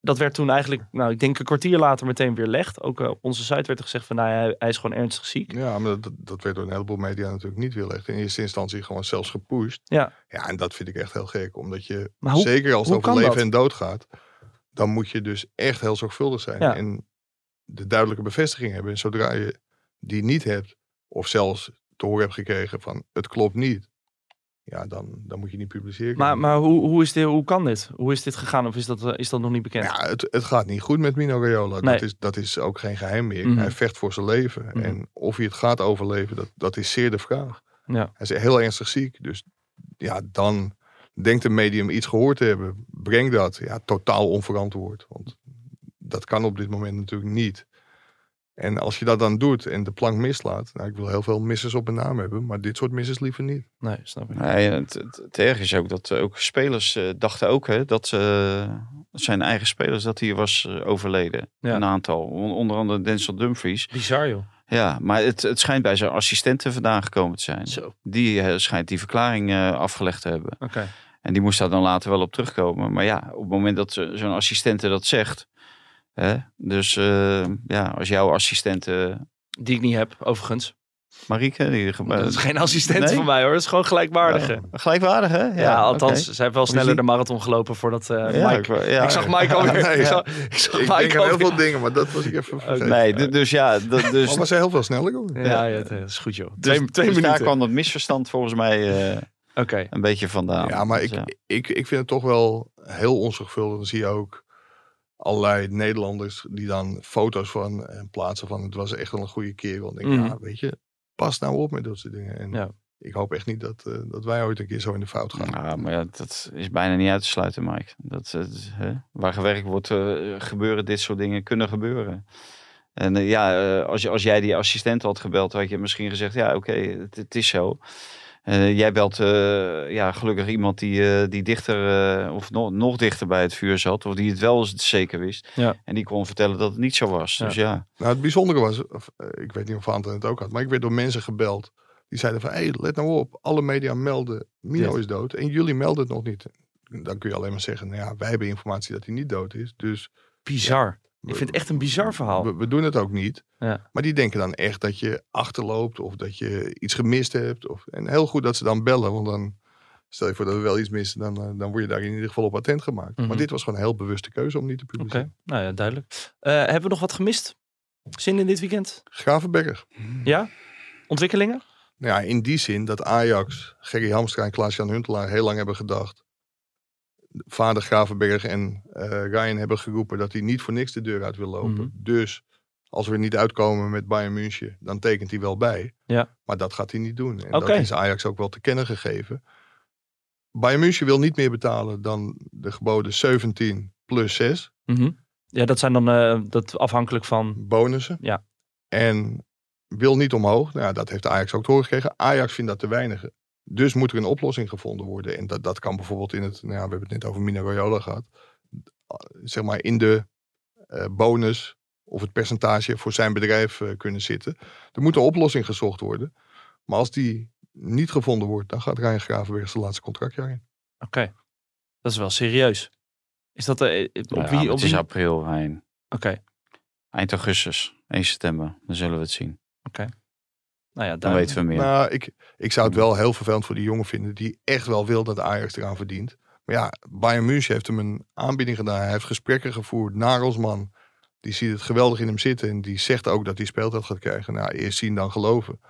Speaker 3: Dat werd toen eigenlijk, nou, ik denk een kwartier later meteen weer legd. Ook eh, op onze site werd er gezegd van, nou, hij, hij is gewoon ernstig ziek.
Speaker 5: maar dat- dat, dat werd door een heleboel media natuurlijk niet willig. In eerste instantie gewoon zelfs gepusht.
Speaker 3: Ja.
Speaker 5: ja, en dat vind ik echt heel gek. Omdat je,
Speaker 3: Maar hoe,
Speaker 5: zeker als het
Speaker 3: hoe
Speaker 5: over
Speaker 3: kan
Speaker 5: leven
Speaker 3: dat?
Speaker 5: en dood gaat, dan moet je dus echt heel zorgvuldig zijn.
Speaker 3: Ja.
Speaker 5: En de duidelijke bevestiging hebben. En zodra je die niet hebt, of zelfs te horen hebt gekregen van het klopt niet. Ja, dan, dan moet je niet publiceren.
Speaker 3: maar, maar hoe, hoe, is dit, hoe kan dit? Hoe is dit gegaan? Of is dat, eh, is dat nog niet bekend?
Speaker 5: Nou Ja, het, het gaat niet goed met Mino Raiola.
Speaker 3: Nee.
Speaker 5: Dat, is, dat is ook geen geheim meer.
Speaker 3: Mhm.
Speaker 5: Hij vecht voor zijn leven.
Speaker 3: Mhm.
Speaker 5: En of hij het gaat overleven, dat, dat is zeer de vraag.
Speaker 3: Ja.
Speaker 5: Hij is heel ernstig ziek. Dus ja, dan denkt een medium iets gehoord te hebben. Breng dat. Ja, totaal onverantwoord. Want dat kan op dit moment natuurlijk niet. En als je dat dan doet en de plank mislaat. Nou, ik wil heel veel missers op mijn naam hebben. Maar dit soort missers liever niet.
Speaker 3: Nee, snap ik.
Speaker 4: Nee, het, het, het erg is ook dat eh, ook spelers eh, dachten ook hè, dat eh, zijn eigen spelers dat hier was eh, overleden.
Speaker 3: Ja.
Speaker 4: Een aantal. On- onder andere Denzel Dumfries.
Speaker 3: Bizar, joh.
Speaker 4: Ja, maar het, het schijnt bij zijn assistenten vandaan gekomen te zijn.
Speaker 3: Zo. Oké.
Speaker 4: Die eh, schijnt die verklaring eh, afgelegd te hebben. En die moest daar dan later wel op terugkomen. Maar ja, op het moment dat ze- zo'n assistente dat zegt. Hè, dus eh, ja, als jouw assistente. eh,
Speaker 3: Die ik niet heb, overigens.
Speaker 4: Marieke, die
Speaker 3: dat is
Speaker 4: gebruikt.
Speaker 3: geen assistent
Speaker 4: nee?
Speaker 3: van mij, hoor. Dat is gewoon gelijkwaardige. Ja,
Speaker 4: Gelijkwaardig, hè? Ja,
Speaker 3: althans,
Speaker 4: oké.
Speaker 3: zij heeft wel
Speaker 4: die-
Speaker 3: sneller de marathon gelopen voordat eh
Speaker 4: Ja,
Speaker 3: Mike...
Speaker 4: ik, wou- ja.
Speaker 3: ik zag Mike alweer.
Speaker 5: Ja, ja.
Speaker 3: Ik zag, ik zag
Speaker 5: Ik
Speaker 3: Mike
Speaker 5: denk aan heel
Speaker 3: alweer-
Speaker 5: veel dingen, maar dat was ik even vergeten.
Speaker 4: Nee, du- dus ja. dat- dus,
Speaker 5: Maar was hij heel veel sneller? jongen?
Speaker 3: Ja, ja, het is goed joh.
Speaker 4: dus,
Speaker 3: Twee, twee
Speaker 4: dus
Speaker 3: minuten.
Speaker 4: daar kwam dat misverstand volgens mij eh,
Speaker 3: Oké.
Speaker 4: een beetje vandaan.
Speaker 5: Ja, maar
Speaker 4: Dus
Speaker 5: ik, ik, ik vind het toch wel heel onzorgvuldig. Dan zie je ook allerlei Nederlanders die dan foto's van eh, plaatsen van het was echt wel een goede kerel. En ik denk,
Speaker 3: Mhm.
Speaker 5: ja, weet je, pas nou op met dat soort dingen. En
Speaker 3: Ja. Nou.
Speaker 5: ik hoop echt niet dat, eh, dat wij ooit een keer zo in de fout gaan.
Speaker 4: Ja, maar ja, dat is bijna niet uit te sluiten, Mike. Dat, eh, is, hè, waar gewerkt wordt, eh, gebeuren dit soort dingen, kunnen gebeuren. En eh, ja, eh, als, je, als jij die assistent had gebeld, had je misschien gezegd, ja oké, het, het is zo. Eh, jij belt eh, ja, gelukkig iemand die, eh, die dichter eh, of nog nog dichter bij het vuur zat. Of die het wel eens zeker wist.
Speaker 3: Ja.
Speaker 4: En die kon vertellen dat het niet zo was.
Speaker 3: Ja.
Speaker 4: Dus ja.
Speaker 5: Nou, het bijzondere was, of, eh, ik weet niet of Anton het ook had, maar ik werd door mensen gebeld. Die zeiden van, hé, hey, let nou op, alle media melden, Mino
Speaker 3: Dit.
Speaker 5: is dood en jullie melden het nog niet. Dan kun je alleen maar zeggen, nou ja, wij hebben informatie dat hij niet dood is, dus...
Speaker 3: Bizar.
Speaker 5: we-
Speaker 3: Ik vind het echt een bizar verhaal.
Speaker 5: We, we doen het ook niet.
Speaker 3: Ja.
Speaker 5: Maar die denken dan echt dat je achterloopt of dat je iets gemist hebt. Of, en heel goed dat ze dan bellen, want dan stel je voor dat we wel iets missen, dan, eh, dan word je daar in ieder geval op attent gemaakt.
Speaker 3: Mhm.
Speaker 5: Maar dit was gewoon een heel bewuste keuze om niet te
Speaker 3: Oké,
Speaker 5: publiceren.
Speaker 3: nou ja, duidelijk. Eh, hebben we nog wat gemist? Zin in dit weekend?
Speaker 5: Gravenberger.
Speaker 3: Ja? Ontwikkelingen?
Speaker 5: Nou ja, in die zin dat Ajax, Gerry Hamstra en Klaas-Jan Huntelaar heel lang hebben gedacht. Vader Gravenberg en eh, Ryan hebben geroepen dat hij niet voor niks de deur uit wil lopen.
Speaker 3: Mhm.
Speaker 5: Dus als we er niet uitkomen met Bayern München, dan tekent hij wel bij.
Speaker 3: Ja.
Speaker 5: Maar dat gaat hij niet doen. En
Speaker 3: Oké.
Speaker 5: dat is Ajax ook wel te kennen gegeven. Bayern München wil niet meer betalen dan de geboden 17 plus 6
Speaker 3: Mhm. Ja, dat zijn dan eh, dat afhankelijk van...
Speaker 5: bonussen.
Speaker 3: Ja.
Speaker 5: En wil niet omhoog. Nou, ja, dat heeft Ajax ook te horen gekregen. Ajax vindt dat te weinig. Dus moet er een oplossing gevonden worden. En dat, dat kan bijvoorbeeld in het... Nou, ja, we hebben het net over Mina Royola gehad. Zeg maar in de eh, bonus of het percentage voor zijn bedrijf eh, kunnen zitten. Er moet een oplossing gezocht worden. Maar als die niet gevonden wordt, dan gaat Ryan Gravenberg zijn laatste contractjaar in.
Speaker 3: Oké, dat is wel serieus. Is dat... eh,
Speaker 4: Nou
Speaker 3: op
Speaker 4: ja,
Speaker 3: wie?
Speaker 4: maar
Speaker 3: Op
Speaker 4: het is
Speaker 3: wie? Oké,
Speaker 4: april, Rijn. Eind augustus, 1 september. Dan zullen we het zien.
Speaker 3: nou ja, duidelijk.
Speaker 4: Dan weten we meer.
Speaker 5: Nou, ik, ik zou het wel heel vervelend voor die jongen vinden die echt wel wil dat Ajax eraan verdient. Maar ja, Bayern München heeft hem een aanbieding gedaan. Hij heeft gesprekken gevoerd. Nagelsman, die ziet het geweldig in hem zitten. En die zegt ook dat hij speeltijd gaat krijgen. Nou, eerst zien dan geloven.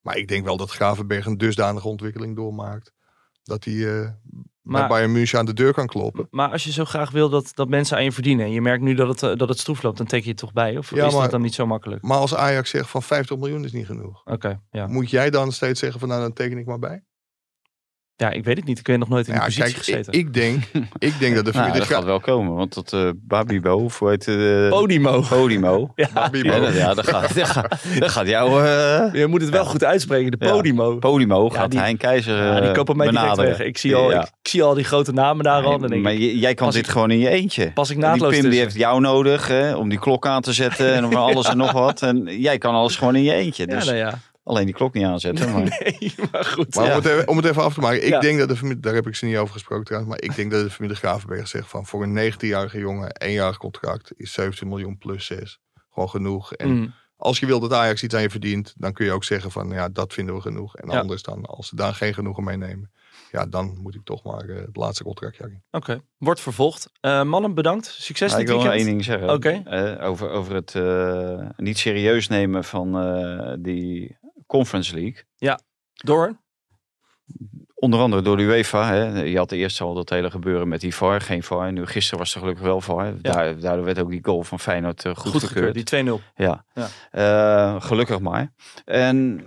Speaker 5: Maar ik denk wel dat Gravenberg een dusdanige ontwikkeling doormaakt. Dat hij eh bij
Speaker 3: Maar-
Speaker 5: Bayern München aan de deur kan kloppen.
Speaker 3: Maar als je zo graag wil dat, dat mensen aan je verdienen... en je merkt nu dat het, eh, dat het stroef loopt, dan teken je het toch bij? Of
Speaker 5: Ja,
Speaker 3: is dat
Speaker 5: maar-
Speaker 3: dan niet zo makkelijk?
Speaker 5: Maar als Ajax zegt van 50 miljoen is niet genoeg.
Speaker 3: Oké, ja.
Speaker 5: Moet jij dan steeds zeggen van nou dan teken ik maar bij?
Speaker 3: Ja, ik weet het niet. Ik ben nog nooit in die
Speaker 5: Nou ja,
Speaker 3: positie
Speaker 5: kijk, ik,
Speaker 3: gezeten.
Speaker 5: ik denk, ik denk dat
Speaker 4: Nou,
Speaker 5: de familie
Speaker 4: dat gaat wel komen, want dat eh Babibo, of hoe heet het? eh,
Speaker 3: Podimo.
Speaker 4: Podimo.
Speaker 3: Ja,
Speaker 4: Ja, dat, ja, dat gaat, dat gaat, dat gaat jouw eh,
Speaker 3: je moet het wel goed uitspreken, de
Speaker 4: Ja.
Speaker 3: Podimo.
Speaker 4: Podimo gaat
Speaker 3: die-
Speaker 4: Hein Keizer
Speaker 3: Ja, die
Speaker 4: eh,
Speaker 3: kopen mij direct
Speaker 4: benaderen.
Speaker 3: weg. Ik zie, al,
Speaker 4: Ja.
Speaker 3: ik, ik zie al die grote namen daar al. Dan denk
Speaker 4: maar
Speaker 3: ik,
Speaker 4: j- jij kan
Speaker 3: pas
Speaker 4: dit
Speaker 3: ik-
Speaker 4: gewoon in je eentje.
Speaker 3: pas ik
Speaker 4: Die
Speaker 3: naadloos
Speaker 4: Pim die
Speaker 3: tussen.
Speaker 4: heeft jou nodig hè, om die klok aan te zetten en om alles en nog wat. En jij kan alles gewoon in je eentje.
Speaker 3: Ja,
Speaker 4: Dus
Speaker 3: nou ja.
Speaker 4: alleen die klok niet aanzetten. Maar...
Speaker 3: Nee, maar goed.
Speaker 5: Maar
Speaker 4: Ja.
Speaker 5: om, het even, om het even af te maken. Ik
Speaker 3: Ja.
Speaker 5: denk dat de familie, daar heb ik ze niet over gesproken trouwens. Maar ik denk dat de familie Gravenberg zegt van voor een 19-jarige jongen, éénjarig contract is 17 miljoen plus 6. Gewoon genoeg. En
Speaker 3: Mm,
Speaker 5: als je wil dat Ajax iets aan je verdient, dan kun je ook zeggen van ja, dat vinden we genoeg. En
Speaker 3: Ja.
Speaker 5: anders dan, als ze daar geen genoegen mee nemen, ja, dan moet ik toch maar eh, het laatste contractjaar in.
Speaker 3: Oké, wordt vervolgd. Eh, mannen, bedankt. Succes
Speaker 4: Maar
Speaker 3: dit
Speaker 4: ik wil nog
Speaker 3: weekend.
Speaker 4: één ding zeggen.
Speaker 3: Oké.
Speaker 4: Eh, over, over het eh, niet serieus nemen van eh, die Conference League.
Speaker 3: Door.
Speaker 4: Onder andere door de UEFA. Hè. Je had eerst al dat hele gebeuren met die VAR, geen VAR. En nu gisteren was er gelukkig wel VAR. Daar, daardoor werd ook die goal van Feyenoord eh,
Speaker 3: Goed gekeurd.
Speaker 4: goedgekeurd.
Speaker 3: Die 2-0.
Speaker 4: Ja.
Speaker 3: Ja.
Speaker 4: Eh, gelukkig maar. En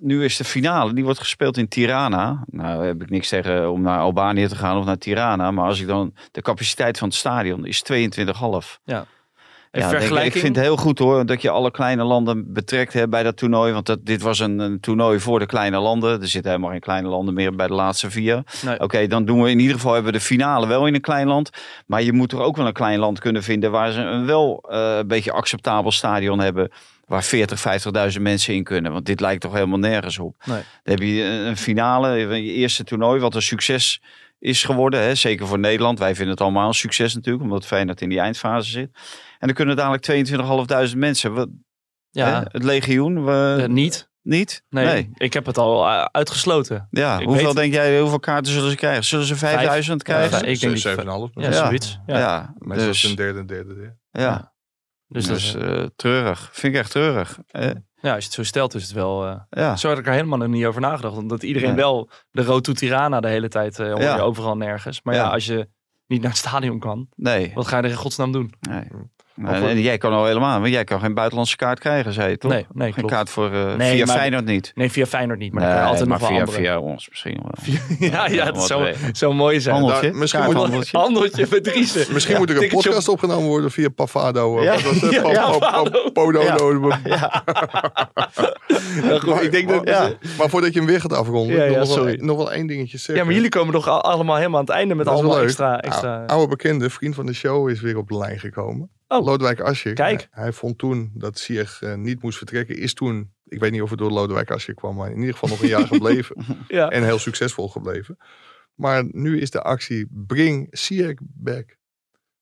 Speaker 4: nu is de finale, die wordt gespeeld in Tirana. Nou heb ik niks tegen om naar Albanië te gaan of naar Tirana. Maar als ik dan, de capaciteit van het stadion is 22,5.
Speaker 3: Een
Speaker 4: Ja, denk ik-
Speaker 3: vergelijking.
Speaker 4: Ik vind het heel goed hoor, dat je alle kleine landen betrekt hè, bij dat toernooi. Want dat, dit was een, een toernooi voor de kleine landen. Er zitten helemaal geen kleine landen meer bij de laatste vier.
Speaker 3: Nee.
Speaker 4: Eh, Oké, dan doen we in ieder geval hebben we de finale wel in een klein land. Maar je moet er ook wel een klein land kunnen vinden waar ze een wel eh, een beetje acceptabel stadion hebben. Waar 40, 50.000 mensen in kunnen. Want dit lijkt toch helemaal nergens op.
Speaker 3: Nee.
Speaker 4: Dan heb je een een finale, je eerste toernooi, wat een succes is geworden. Hè? Zeker voor Nederland. Wij vinden het allemaal een succes natuurlijk, omdat Feyenoord in die eindfase zit. En dan kunnen dadelijk 22.500 mensen. Wat, hè?
Speaker 3: ja,
Speaker 4: Het legioen, we,
Speaker 3: eh, niet.
Speaker 4: niet?
Speaker 3: Nee, ik heb het al eh, uitgesloten.
Speaker 4: Ja,
Speaker 3: Ik
Speaker 4: hoeveel
Speaker 3: weet-
Speaker 4: denk jij, hoeveel kaarten zullen ze krijgen? Zullen ze 5000
Speaker 3: Ja,
Speaker 4: krijgen?
Speaker 3: ik denk die-
Speaker 5: 7,5.
Speaker 3: Ja,
Speaker 5: miljoen.
Speaker 4: Ja.
Speaker 3: zoiets. Ja.
Speaker 4: Ja,
Speaker 5: dus Meestal is het
Speaker 4: dus,
Speaker 5: een derde en derde. derde.
Speaker 4: ja.
Speaker 3: Dus,
Speaker 4: dus,
Speaker 3: dat is, eh,
Speaker 4: eh, treurig. Vind ik echt treurig. Eh,
Speaker 3: ja, als je het zo stelt is het wel... eh,
Speaker 4: ja.
Speaker 3: Zo had ik er helemaal nog niet over nagedacht. Omdat iedereen
Speaker 4: Ah. Nee.
Speaker 3: wel de Road to Tirana de hele tijd eh hoor je
Speaker 4: Ja.
Speaker 3: overal nergens. Maar ja,
Speaker 4: Ja.
Speaker 3: als je niet naar het stadion kan.
Speaker 4: Nee.
Speaker 3: Wat ga je er in godsnaam doen?
Speaker 4: nee.
Speaker 5: Of-
Speaker 4: En, en jij kan al helemaal, want jij kan geen buitenlandse kaart krijgen, zei je toch?
Speaker 3: Nee, nee,
Speaker 4: geen
Speaker 3: klopt.
Speaker 4: kaart voor eh,
Speaker 3: Nee,
Speaker 4: via
Speaker 3: maar-
Speaker 4: Feyenoord niet.
Speaker 3: Nee, via Feyenoord niet, maar dan
Speaker 4: Nee,
Speaker 3: kan je altijd
Speaker 4: maar
Speaker 3: nog wel
Speaker 4: via,
Speaker 3: andere.
Speaker 4: via ons misschien wel.
Speaker 3: ja, ja,
Speaker 4: Wat
Speaker 3: dat zou,
Speaker 4: weet-
Speaker 3: zou mooi zijn.
Speaker 5: Handel-
Speaker 4: Handeltje,
Speaker 5: misschien
Speaker 4: kaart-
Speaker 5: moet-
Speaker 4: handeltje.
Speaker 3: Handeltje met Driessen.
Speaker 5: Misschien moet er een
Speaker 3: ticketje op-
Speaker 5: podcast opgenomen worden via Pavado. eh,
Speaker 4: Ja,
Speaker 5: wat was het?
Speaker 4: ja,
Speaker 5: Pa-
Speaker 4: ja,
Speaker 5: pa- pa-
Speaker 3: Pavado.
Speaker 5: Podolo.
Speaker 3: Ja, goed, ik denk dat...
Speaker 5: Maar- Maar voordat je hem weer gaat afronden,
Speaker 3: Ja, ja,
Speaker 5: nog, wel, e-
Speaker 3: sorry.
Speaker 5: nog wel één dingetje zeggen.
Speaker 3: Ja, maar jullie komen toch al- allemaal helemaal aan het einde met
Speaker 5: Dat is wel
Speaker 3: allemaal
Speaker 5: leuk.
Speaker 3: extra... extra...
Speaker 5: Nou, Oude bekende, vriend van de show, is weer op de lijn gekomen.
Speaker 3: Oh.
Speaker 5: Lodewijk Asscher.
Speaker 3: Kijk.
Speaker 5: Hij, hij vond toen dat Sieg eh, niet moest vertrekken. Is toen, ik weet niet of het door Lodewijk Asscher kwam, maar in ieder geval nog een jaar gebleven.
Speaker 3: ja.
Speaker 5: En heel succesvol gebleven. Maar nu is de actie Bring Sieg back.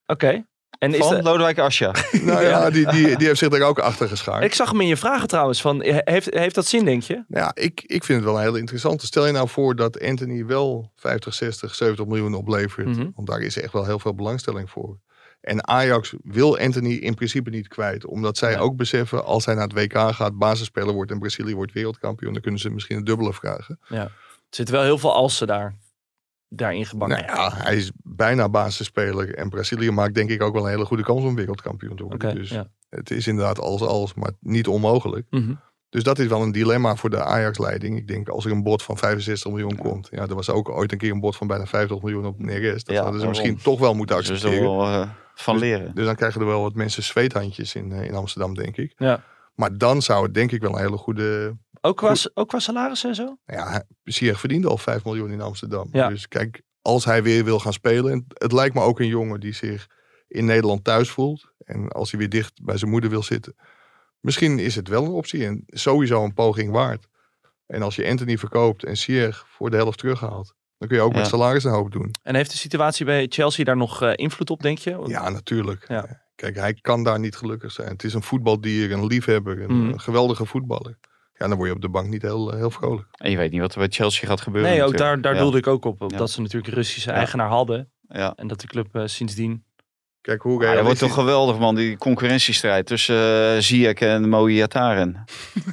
Speaker 3: Oké. En is
Speaker 4: Van
Speaker 3: de-
Speaker 4: Lodewijk Asja.
Speaker 5: Nou ja, Die, die, die heeft zich daar ook achter geschaard.
Speaker 3: Ik zag hem in je vragen trouwens. Van, he- heeft, heeft dat zin, denk je?
Speaker 5: Nou ja, ik, ik vind het wel een hele interessante. Stel je nou voor dat Anthony wel 50, 60, 70 miljoen oplevert.
Speaker 3: Mhm.
Speaker 5: Want daar is echt wel heel veel belangstelling voor. En Ajax wil Anthony in principe niet kwijt. Omdat zij ook beseffen, als hij naar het WK gaat, basisspeler wordt en Brazilië wordt wereldkampioen, dan kunnen ze misschien een dubbele vragen.
Speaker 3: Er zit wel heel veel alsen daar, daarin gebakken.
Speaker 5: Nou ja, hij is bijna basisspeler en Brazilië maakt denk ik ook wel een hele goede kans om wereldkampioen te worden.
Speaker 3: Oké,
Speaker 5: dus
Speaker 3: ja.
Speaker 5: het is inderdaad als als, maar niet onmogelijk.
Speaker 3: Mhm.
Speaker 5: Dus dat is wel een dilemma voor de Ajax-leiding. Ik denk, als er een bod van 65 miljoen komt. Ja, er was ook ooit een keer een bod van bijna 50 miljoen op Neres. Dat
Speaker 4: Ja,
Speaker 5: hadden ze
Speaker 4: daarom.
Speaker 5: misschien toch wel moeten
Speaker 4: Dus er
Speaker 5: accepteren.
Speaker 4: wel eh, van leren.
Speaker 5: Dus dan krijgen er wel wat mensen zweethandjes in, eh, in Amsterdam, denk ik.
Speaker 3: Ja.
Speaker 5: Maar dan zou het denk ik wel een hele goede...
Speaker 3: Ook, qua, ook qua salaris en zo?
Speaker 5: Nou ja, Sier verdiende al 5 miljoen in Amsterdam.
Speaker 3: Ja.
Speaker 5: Dus kijk, als hij weer wil gaan spelen... en Het lijkt me ook een jongen die zich in Nederland thuis voelt. En als hij weer dicht bij zijn moeder wil zitten. Misschien is het wel een optie en sowieso een poging waard. En als je Anthony verkoopt en Sier voor de helft terughaalt... dan kun je ook
Speaker 4: Ja.
Speaker 5: met salaris een hoop doen.
Speaker 3: En heeft de situatie bij Chelsea daar nog eh, invloed op, denk je?
Speaker 5: Ja, natuurlijk.
Speaker 3: Ja.
Speaker 5: Kijk, hij kan daar niet gelukkig zijn. Het is een voetbaldier, een liefhebber, een,
Speaker 3: Mhm.
Speaker 5: een geweldige voetballer. Ja, dan word je op de bank niet heel, eh, heel vrolijk.
Speaker 4: En je weet niet wat er bij Chelsea gaat gebeuren.
Speaker 3: Nee, ook
Speaker 4: natuurlijk.
Speaker 3: daar, daar
Speaker 4: Ja.
Speaker 3: doelde ik ook op. op
Speaker 4: Ja.
Speaker 3: Dat ze natuurlijk een Russische
Speaker 4: Ja.
Speaker 3: eigenaar hadden.
Speaker 4: Ja.
Speaker 3: En dat de club eh, sindsdien...
Speaker 5: Kijk,
Speaker 3: Ah,
Speaker 5: hoe
Speaker 4: Ja, Ah, dat wordt
Speaker 5: realistisch...
Speaker 4: toch geweldig, man. Die concurrentiestrijd tussen eh, Ziyech en Moïataren.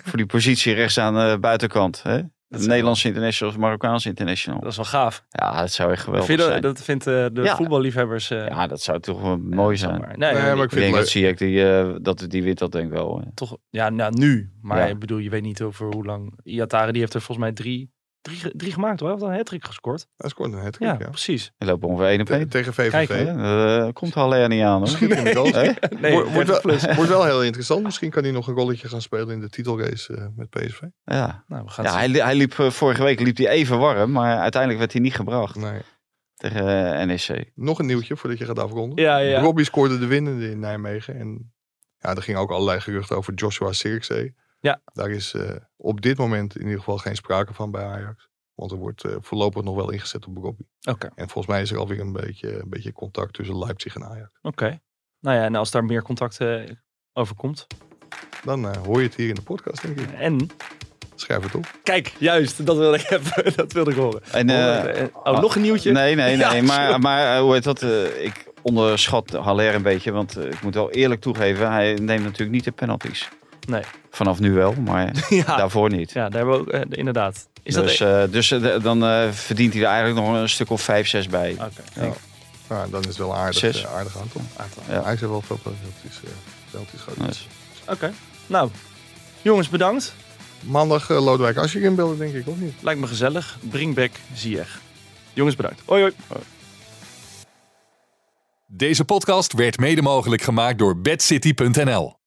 Speaker 4: Voor die positie rechts aan de buitenkant. Hè? De
Speaker 3: zou-
Speaker 4: Nederlandse international of Marokkaanse international.
Speaker 3: Dat is wel gaaf.
Speaker 4: Ja, dat zou echt geweldig
Speaker 3: Vind je dat,
Speaker 4: zijn.
Speaker 3: dat vindt eh, de
Speaker 4: Ja.
Speaker 3: voetballiefhebbers... eh,
Speaker 4: Ja, dat zou toch wel mooi zijn.
Speaker 3: maar- Nee,
Speaker 5: Nee,
Speaker 3: nee,
Speaker 5: maar ik
Speaker 4: Ik
Speaker 5: vind
Speaker 4: denk
Speaker 5: het
Speaker 4: dat
Speaker 5: leuk.
Speaker 4: Ziyech, die, eh dat, die wint dat denk ik wel. hè.
Speaker 3: toch, ja, nou, nu. Maar
Speaker 4: Ja.
Speaker 3: ik bedoel, je weet niet over hoe lang. Iatare die heeft er volgens mij drie, drie, ge- drie gemaakt hoor. Hij heeft een hat-trick gescoord.
Speaker 5: Hij scoort een hat
Speaker 3: Ja,
Speaker 5: ja.
Speaker 3: precies.
Speaker 4: Die lopen ongeveer één op
Speaker 5: Te-
Speaker 4: één.
Speaker 5: Tegen VVV.
Speaker 3: Kijk,
Speaker 4: Hè? Dat, eh, komt Haller niet aan hoor.
Speaker 5: Schitterende goal.
Speaker 4: Hè?
Speaker 3: Nee,
Speaker 5: Wordt-
Speaker 3: 30
Speaker 5: wordt, wel,
Speaker 3: plus.
Speaker 5: wordt wel heel interessant. Misschien kan hij nog een rolletje gaan spelen in de titelrace eh, met PSV.
Speaker 4: Ja,
Speaker 3: Nou, we gaan
Speaker 4: ja
Speaker 3: het
Speaker 4: hij, li- hij liep, eh, vorige week liep hij even warm, maar uiteindelijk werd hij niet gebracht
Speaker 5: Nee.
Speaker 4: tegen eh, NEC.
Speaker 5: Nog een nieuwtje voordat je gaat afronden.
Speaker 3: zien. ja, ja.
Speaker 5: Robbie scoorde de winnende in Nijmegen. En ja, er gingen ook allerlei geruchten over Joshua Sirkzee.
Speaker 3: Ja.
Speaker 5: Daar is eh, op dit moment in ieder geval geen sprake van bij Ajax. Want er wordt eh, voorlopig nog wel ingezet op Robbie.
Speaker 3: Oké, oké.
Speaker 5: En volgens mij is er alweer een beetje, een beetje contact tussen Leipzig en Ajax.
Speaker 3: Nou ja, en als daar meer contact eh, over komt.
Speaker 5: Dan eh, hoor je het hier in de podcast, denk ik.
Speaker 3: En,
Speaker 5: Schrijf het op.
Speaker 3: kijk, juist, dat wilde ik, even, dat wilde ik horen.
Speaker 4: En, eh,
Speaker 3: oh, eh, oh, nog een nieuwtje.
Speaker 4: Nee, nee,
Speaker 3: Ja,
Speaker 4: nee.
Speaker 3: sorry.
Speaker 4: maar maar eh, hoe heet dat? eh, ik onderschat Haller een beetje. Want eh, ik moet wel eerlijk toegeven, hij neemt natuurlijk niet de penalties.
Speaker 3: Nee.
Speaker 4: Vanaf nu wel, maar
Speaker 3: ja.
Speaker 4: daarvoor niet.
Speaker 3: ja, daar hebben we ook, eh, inderdaad. Is
Speaker 4: dus
Speaker 3: dat... e-
Speaker 4: eh, dus eh, de- dan eh, verdient hij er eigenlijk nog een stuk of vijf, zes bij.
Speaker 3: Oké,
Speaker 5: Nou, dan is het wel aardig,
Speaker 4: Zes.
Speaker 5: eh, aardig aantal.
Speaker 3: aantal.
Speaker 4: Ja.
Speaker 5: Ajax heeft wel veel penalties, eh, penalties gehad.
Speaker 4: Dus,
Speaker 3: Oké. nou. Jongens, bedankt.
Speaker 5: Maandag eh, Lodewijk Asscher inbellen, denk ik, of niet?
Speaker 3: Lijkt me gezellig. Bring back Ziyech. Jongens, bedankt. Hoi, hoi.
Speaker 1: Deze podcast werd mede mogelijk gemaakt door bedcity.nl.